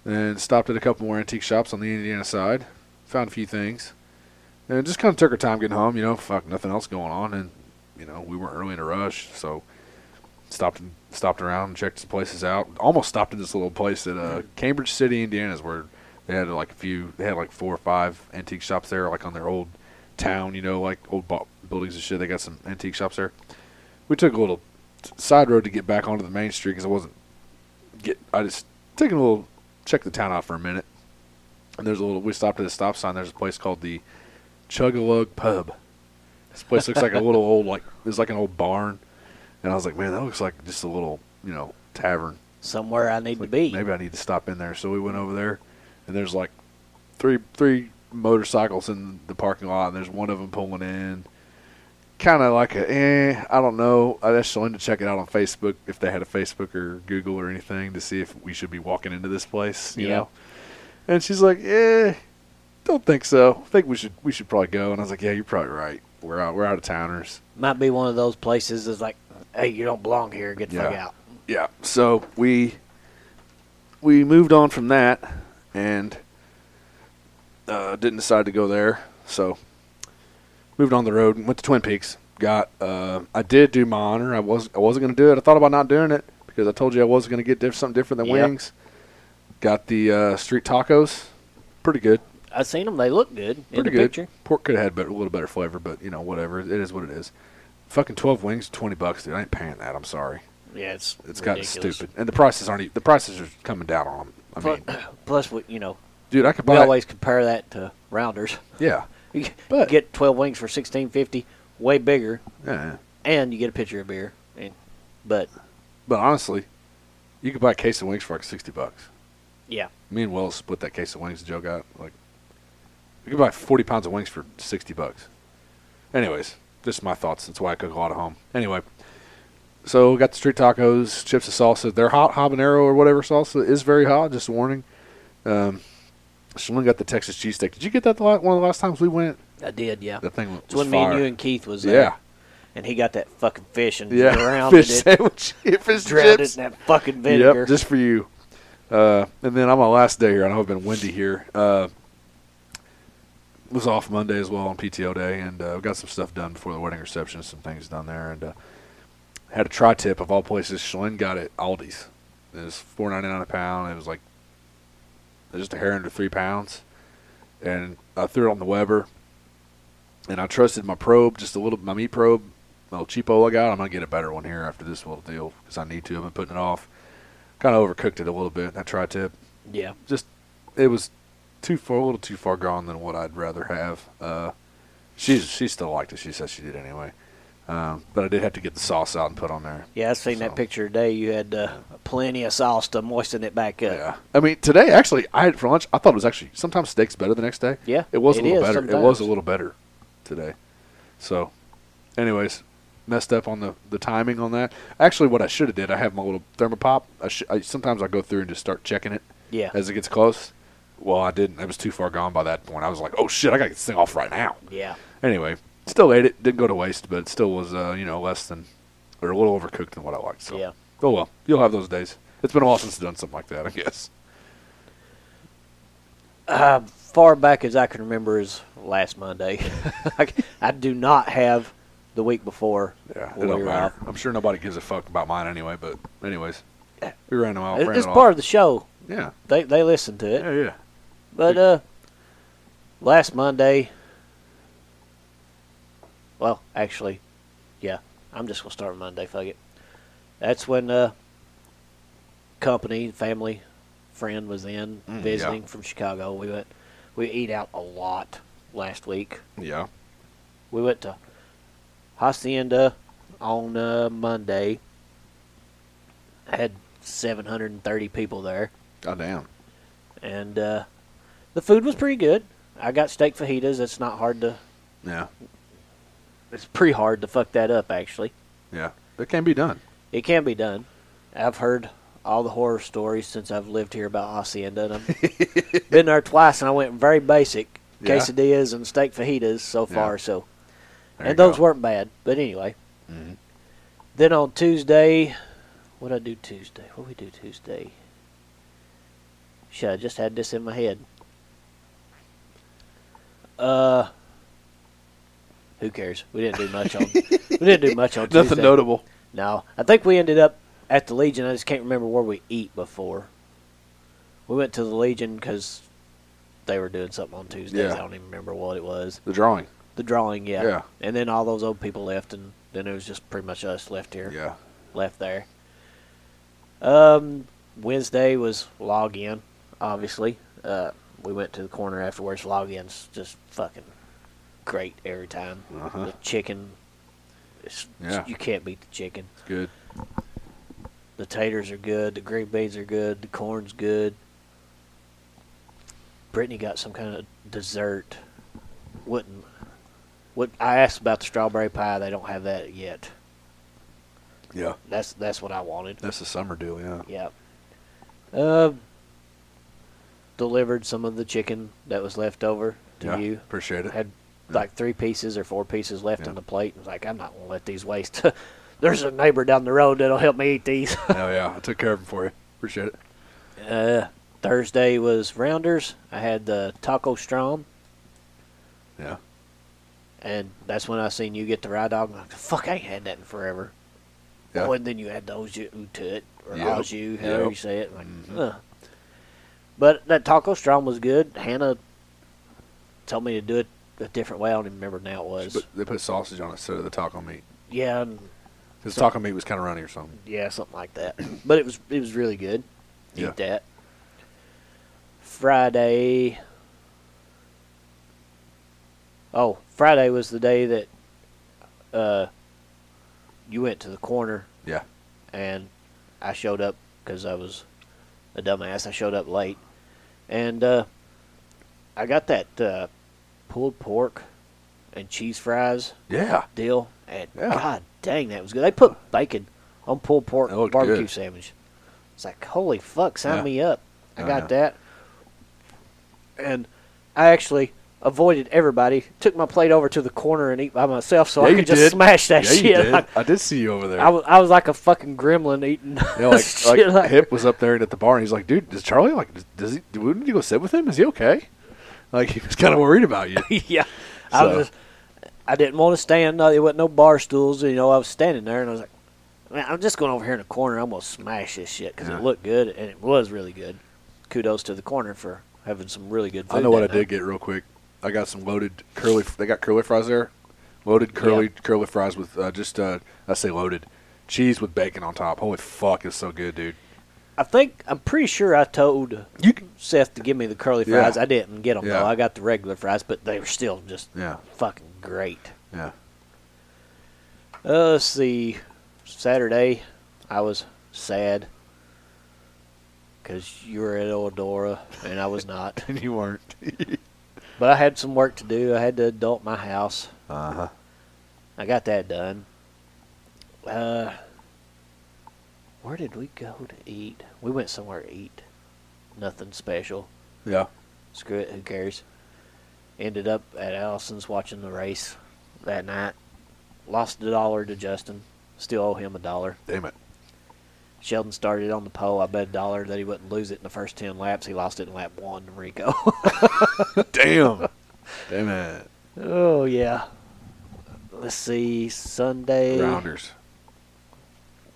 and stopped at a couple more antique shops on the Indiana side. Found a few things, and just kind of took our time getting home. You know, fuck, nothing else going on, and you know, we weren't really in a rush, so stopped and stopped around and checked some places out. Almost stopped at this little place at uh, Cambridge City, Indiana, is where they had like a few, they had like four or five antique shops there, like on their old town, you know, like old bu- buildings and shit. They got some antique shops there. We took a little t- side road to get back onto the main street because I wasn't get. I just taking a little check the town out for a minute. And there's a little. We stopped at a stop sign. There's a place called the Chugalug Pub. This place looks like a little old like it's like an old barn. And I was like, man, that looks like just a little you know tavern.
Somewhere I need
Like,
to be.
Maybe I need to stop in there. So we went over there, and there's like three three motorcycles in the parking lot, and there's one of them pulling in. Kind of like a, eh, I don't know. I just wanted to check it out on Facebook if they had a Facebook or Google or anything to see if we should be walking into this place, you
Yeah.
know. And she's like, eh, don't think so. I think we should we should probably go. And I was like, yeah, you're probably right. We're out we're out of towners.
Might be one of those places that's like, hey, you don't belong here. Get the fuck
Yeah.
out.
yeah so we we moved on from that and uh, didn't decide to go there so moved on the road and went to twin peaks got uh, i did do my honor i was i wasn't going to do it i thought about not doing it because i told you i was going to get diff- something different than
Yeah.
wings got the uh, street tacos pretty good
I seen them. They look good in
pretty
the
good
picture.
pork could have had better, a little better flavor but you know whatever it is what it is fucking 12 wings 20 bucks dude i ain't paying that i'm sorry
Yeah, it's
it's gotten
ridiculous.
stupid, and the prices aren't. e- The prices are coming down on them. I
Plus,
mean,
plus we, you know,
dude, I could
we
buy.
always compare that to rounders.
yeah,
You
But-
get twelve wings for sixteen fifty, way bigger,
yeah.
and you get a pitcher of beer. And, but
But honestly, you could buy a case of wings for like sixty bucks.
yeah,
Me and Wells split that case of wings. Joe got like, we could buy forty pounds of wings for sixty bucks. Anyways, just my thoughts. That's why I cook a lot at home. Anyway, so got the street tacos, chips and salsa. Their hot habanero or whatever salsa is very hot. Just a warning. Um, someone got the Texas cheesesteak. Did you get that the la- one of the last times we went?
I did. Yeah,
That thing was
it's when
fire.
me and you and Keith was there.
Yeah,
and he got that fucking fish and
yeah.
drowned
Fish
it,
sandwich, fish
drowned
chips.
it in that fucking vinegar.
Yep, just for you. Uh, and then on my last day here, I know I've been windy here. Uh, was off Monday as well on PTO day, and uh, we got some stuff done before the wedding reception. Some things done there, and uh, had a tri-tip of all places. Shalyn got it Aldi's. It was four ninety nine a pound. It was like just a hair under three pounds, and I threw it on the Weber. And I trusted my probe, just a little, my meat probe, my little cheapo I got. I'm gonna get a better one here after this little deal because I need to. I've been putting it off. Kind of overcooked it a little bit. That tri-tip,
yeah,
just it was too far, a little too far gone than what I'd rather have. Uh, she's she still liked it. She said she did anyway. Um, but I did have to get the sauce out and put on there.
yeah. I seen
So.
that picture today. You had uh, plenty of sauce to moisten it back up.
Yeah. I mean, today actually, I had for lunch. I thought it was actually sometimes steak's better the next day.
Yeah,
it was a
it
little
is
better. It was
sometimes.
a little better today. So, anyways, messed up on the the timing on that. Actually, what I should have did, I have my little thermopop. I, sh- I sometimes I go through and just start checking it
Yeah.
as it gets close. Well, I didn't. It was too far gone by that point. I was like, oh shit, I gotta get this thing off right now.
yeah.
Anyway, still ate it. Didn't go to waste, but it still was uh, you know less than or a little overcooked than what I liked. So.
Yeah.
Oh well, you'll have those days. It's been a while since I've done something like that, I guess.
Uh, far back as I can remember is last Monday. I, I do not have the week before.
Yeah, it
when
don't
we were
matter.
out.
I'm sure nobody gives a fuck about mine anyway. But anyways, we ran them out.
It-
ran
it's
it off.
part of the show.
Yeah,
They they listen to it.
yeah, yeah.
But uh, last Monday. Well, actually, yeah. I'm just gonna start with Monday. Fuck it. That's when uh, company, family, friend was in
Mm, yeah.
visiting from Chicago. We went. We eat out a lot last week.
Yeah.
We went to Hacienda on uh, Monday. Had 730 people there,
God damn.
and uh, the food was pretty good. I got steak fajitas. It's not hard to.
Yeah,
It's pretty hard to fuck that up, actually.
yeah. That can be done.
It can be done. I've heard all the horror stories since I've lived here about hacienda. And I've been there twice, and I went very basic
Yeah.
quesadillas and steak fajitas so
Yeah.
far. So,
There you
and those
go.
weren't bad. But anyway,
Mhm.
then on Tuesday, what I do Tuesday? What we do Tuesday? Shit, I just had this in my head. Uh, who cares? We didn't do much on. we didn't do much on Tuesday.
nothing notable.
No, I think we ended up at the Legion. I just can't remember where we eat before. We went to the Legion because they were doing something on Tuesdays.
Yeah.
I don't even remember what it was.
The drawing.
The drawing, yeah.
Yeah.
And then all those old people left, and then it was just pretty much us left here,
Yeah.
left there. Um, Wednesday was log in, obviously. Uh, we went to the corner afterwards. Log in's just fucking great every time.
Uh-huh.
The chicken, it's,
Yeah.
you can't beat the chicken.
It's good.
The taters are good. The green beans are good. The corn's good. Brittany got some kind of dessert. Wouldn't. What I asked about the strawberry pie, they don't have that yet.
Yeah.
That's that's what I wanted.
That's the summer deal. Yeah.
Yep. Uh, delivered some of the chicken that was left over to
yeah.
you.
Appreciate it.
Had like three pieces or four pieces left
Yeah.
on the plate. I was like, I'm not gonna let these waste. There's a neighbor down the road that'll help me eat these.
Hell yeah. I took care of them for you. Appreciate it.
Uh, Thursday was Rounders. I had the Taco Strom,
Yeah.
and that's when I seen you get the Rye Dog. and I'm like, fuck, I ain't had that in forever.
Yeah.
Oh, and then you had those you to it, or
Yep.
yep. you, however
Yep.
you say it. Like,
Mhm.
"Ugh." But that Taco Strom was good. Hannah told me to do it a different way. I don't even remember now it was.
But they put sausage on it instead of the taco meat.
yeah, and,
Because taco meat was kind of runny or something.
yeah, something like that. But it was it was really good. Eat
Yeah.
that. Friday. Oh, Friday was the day that uh, you went to the corner
Yeah.
and I showed up because I was a dumbass. I showed up late, and uh, I got that uh, pulled pork and cheese fries
Yeah.
deal. And
Yeah.
God dang, that was good. They put bacon on pulled pork
That looked
barbecue
good.
sandwich. It's like, holy fuck, sign
Yeah.
me up. I
Oh,
got
yeah.
that. And I actually avoided everybody, took my plate over to the corner and eat by myself so
Yeah,
I
you
could just
did.
smash that
yeah,
shit.
you did.
Like,
I did see you over there.
I was, I was like a fucking gremlin eating
Yeah, like,
shit.
like,
like-
Hip was up there at the bar, and he's like, "Dude, does Charlie like? does- Does he? Do we need to go sit with him? Is he okay?" Like he was kind of worried about you.
yeah. I
So-
was just, I didn't want to stand. No, there wasn't no bar stools. You know, I was standing there and I was like, Man, I'm just going over here in the corner. I'm going to smash this shit because
Yeah.
it looked good and it was really good. Kudos to the corner for having some really good food.
I know what I
that
did
night.
get real quick. I got some loaded curly. They got curly fries there, loaded curly curly fries with uh, just uh, I say loaded cheese with bacon on top. Holy fuck, it's so good, dude.
I think, I'm pretty sure I told
You can,
Seth to give me the curly
Yeah.
fries. I didn't get them,
Yeah.
though. I got the regular fries, but they were still just
yeah,
fucking great.
yeah,
Uh, let's see. Saturday, I was sad because you were at Eldora and I was not.
and you weren't.
But I had some work to do. I had to adult my house.
uh huh.
I got that done. Uh, where did we go to eat? We went somewhere to eat. Nothing special.
Yeah,
Screw it. Who cares? Ended up at Allison's watching the race that night. Lost a dollar to Justin. Still owe him a dollar.
damn it.
Sheldon started on the pole. I bet a dollar that he wouldn't lose it in the first 10 laps. He lost it in lap one to Rico.
Damn. Damn it.
oh, yeah. Let's see. Sunday,
Rounders.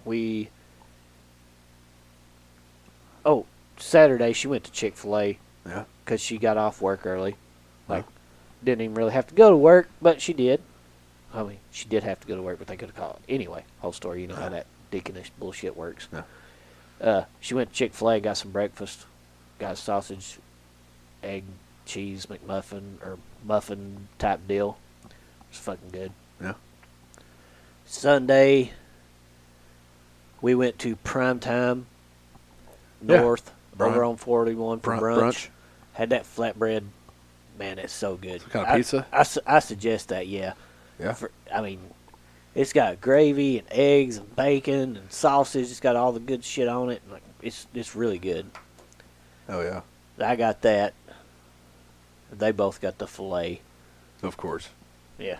we. Oh, Saturday, she went to Chick fil A
Yeah.
because she got off work early. Like,
Yeah.
didn't even really have to go to work, but she did. I mean, she did have to go to work, but they could have called. Anyway, whole story. You know how that deaconess bullshit works.
Yeah.
Uh, she went to Chick fil A, got some breakfast, got sausage, egg, cheese, McMuffin, or muffin type deal. It's fucking good.
Yeah.
Sunday, we went to Prime Time
Yeah.
North over
Brunch.
on 41 for
Brun-
brunch.
brunch.
Had that flatbread. Man, it's so good.
Some kind of
I-
pizza?
I, su- I suggest that, yeah.
Yeah.
For, I mean, It's got gravy and eggs and bacon and sausage. It's got all the good shit on it. Like it's it's really good.
Oh yeah,
I got that. They both got the fillet.
of course.
Yeah.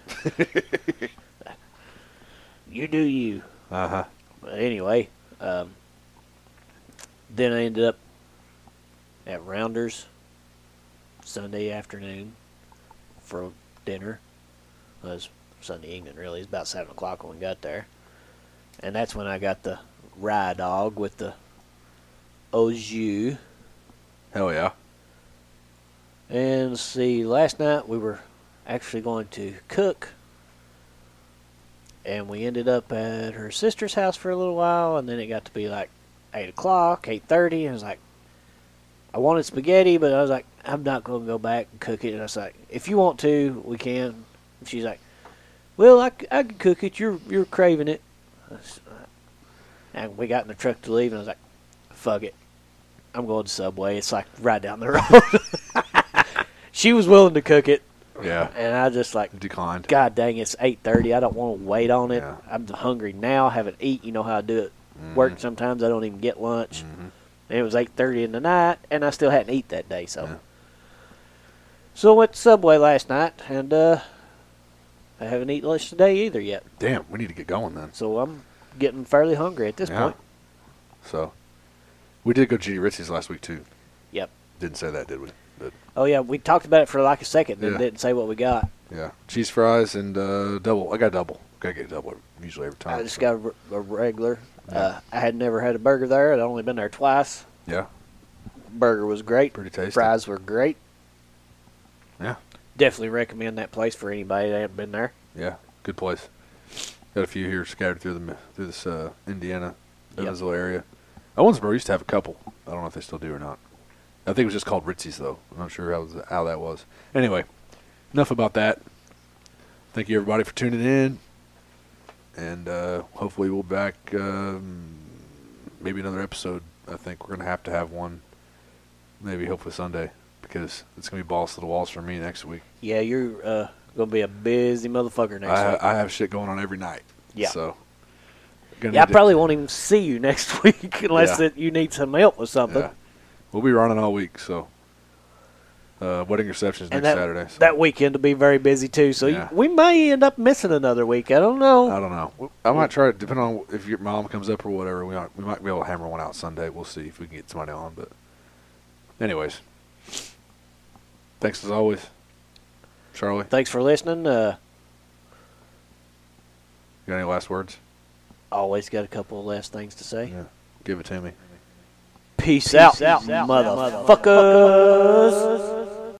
you do you.
Uh
Uh-huh.
huh.
But anyway, um, then I ended up at Rounders Sunday afternoon for dinner. Well, it was Sunday evening, really. It was about 7 o'clock when we got there. And that's when I got the rye dog with the au jus.
Hell yeah.
And see, last night we were actually going to cook, and we ended up at her sister's house for a little while, and then it got to be like eight o'clock, eight thirty, and I was like, I wanted spaghetti, but I was like, I'm not going to go back and cook it. And I was like, if you want to, we can. And she's like, Well, I, c- I can cook it. You're you're craving it. I was- And we got in the truck to leave, and I was like, Fuck it, I'm going to Subway. It's like right down the road. she was willing to cook it,
Yeah.
and I just like,
Declined.
God dang, it's eight thirty. I don't want to wait on it.
Yeah. Mm-hmm.
I'm hungry now. I haven't eat. You know how I do it. Work sometimes. I don't even get lunch. And it was eight thirty in the night, and I still hadn't eat that day. So,
Yeah.
so I went to Subway last night, and uh, I haven't eaten lunch today either yet.
Damn, we need to get going then.
So I'm getting fairly hungry at this
Yeah.
point.
So, we did go to Judy Ritzy's last week too.
Yep.
Didn't say that, did we? But
Oh yeah, we talked about it for like a second, then
Yeah.
didn't say what we got.
yeah, cheese fries and uh, double. I got a double. Gotta get a double usually every time.
I just
so-
got a, r- a regular. Uh, I had never had a burger there. I'd only been there twice.
Yeah,
Burger was great.
pretty tasty.
Fries were great.
Yeah,
Definitely recommend that place for anybody that hasn't been there.
yeah, good place. Got a few here scattered through the mi- through this uh, Indiana,
Yep.
Evansville area. I once used to have a couple. I don't know if they still do or not. I think it was just called Ritzy's though. I'm not sure how how that was. Anyway, enough about that. Thank you everybody for tuning in, and uh, hopefully we'll be back um, maybe another episode. I think we're gonna have to have one, maybe hopefully Sunday because it's gonna be balls to the walls for me next week.
Yeah, you're uh, gonna be a busy motherfucker next
I,
week.
I have shit going on every night.
Yeah.
So. gonna
yeah, I
need to-
probably won't even see you next week unless
Yeah.
that you need some help with something.
yeah. We'll be running all week. So. Uh, wedding receptions
And
next
that
Saturday. So.
that weekend will be very busy too. So
Yeah.
you, we may end up missing another week. I don't
I
know.
don't know. I might try. Depending on if your mom comes up or whatever, we might, we might be able to hammer one out Sunday. We'll see if we can get somebody on. But, anyways, thanks as always, Charlie.
Thanks for listening. Uh,
You got any last words?
always got a couple of last things to say.
Yeah. Give it to me.
Peace, out, motherfuckers.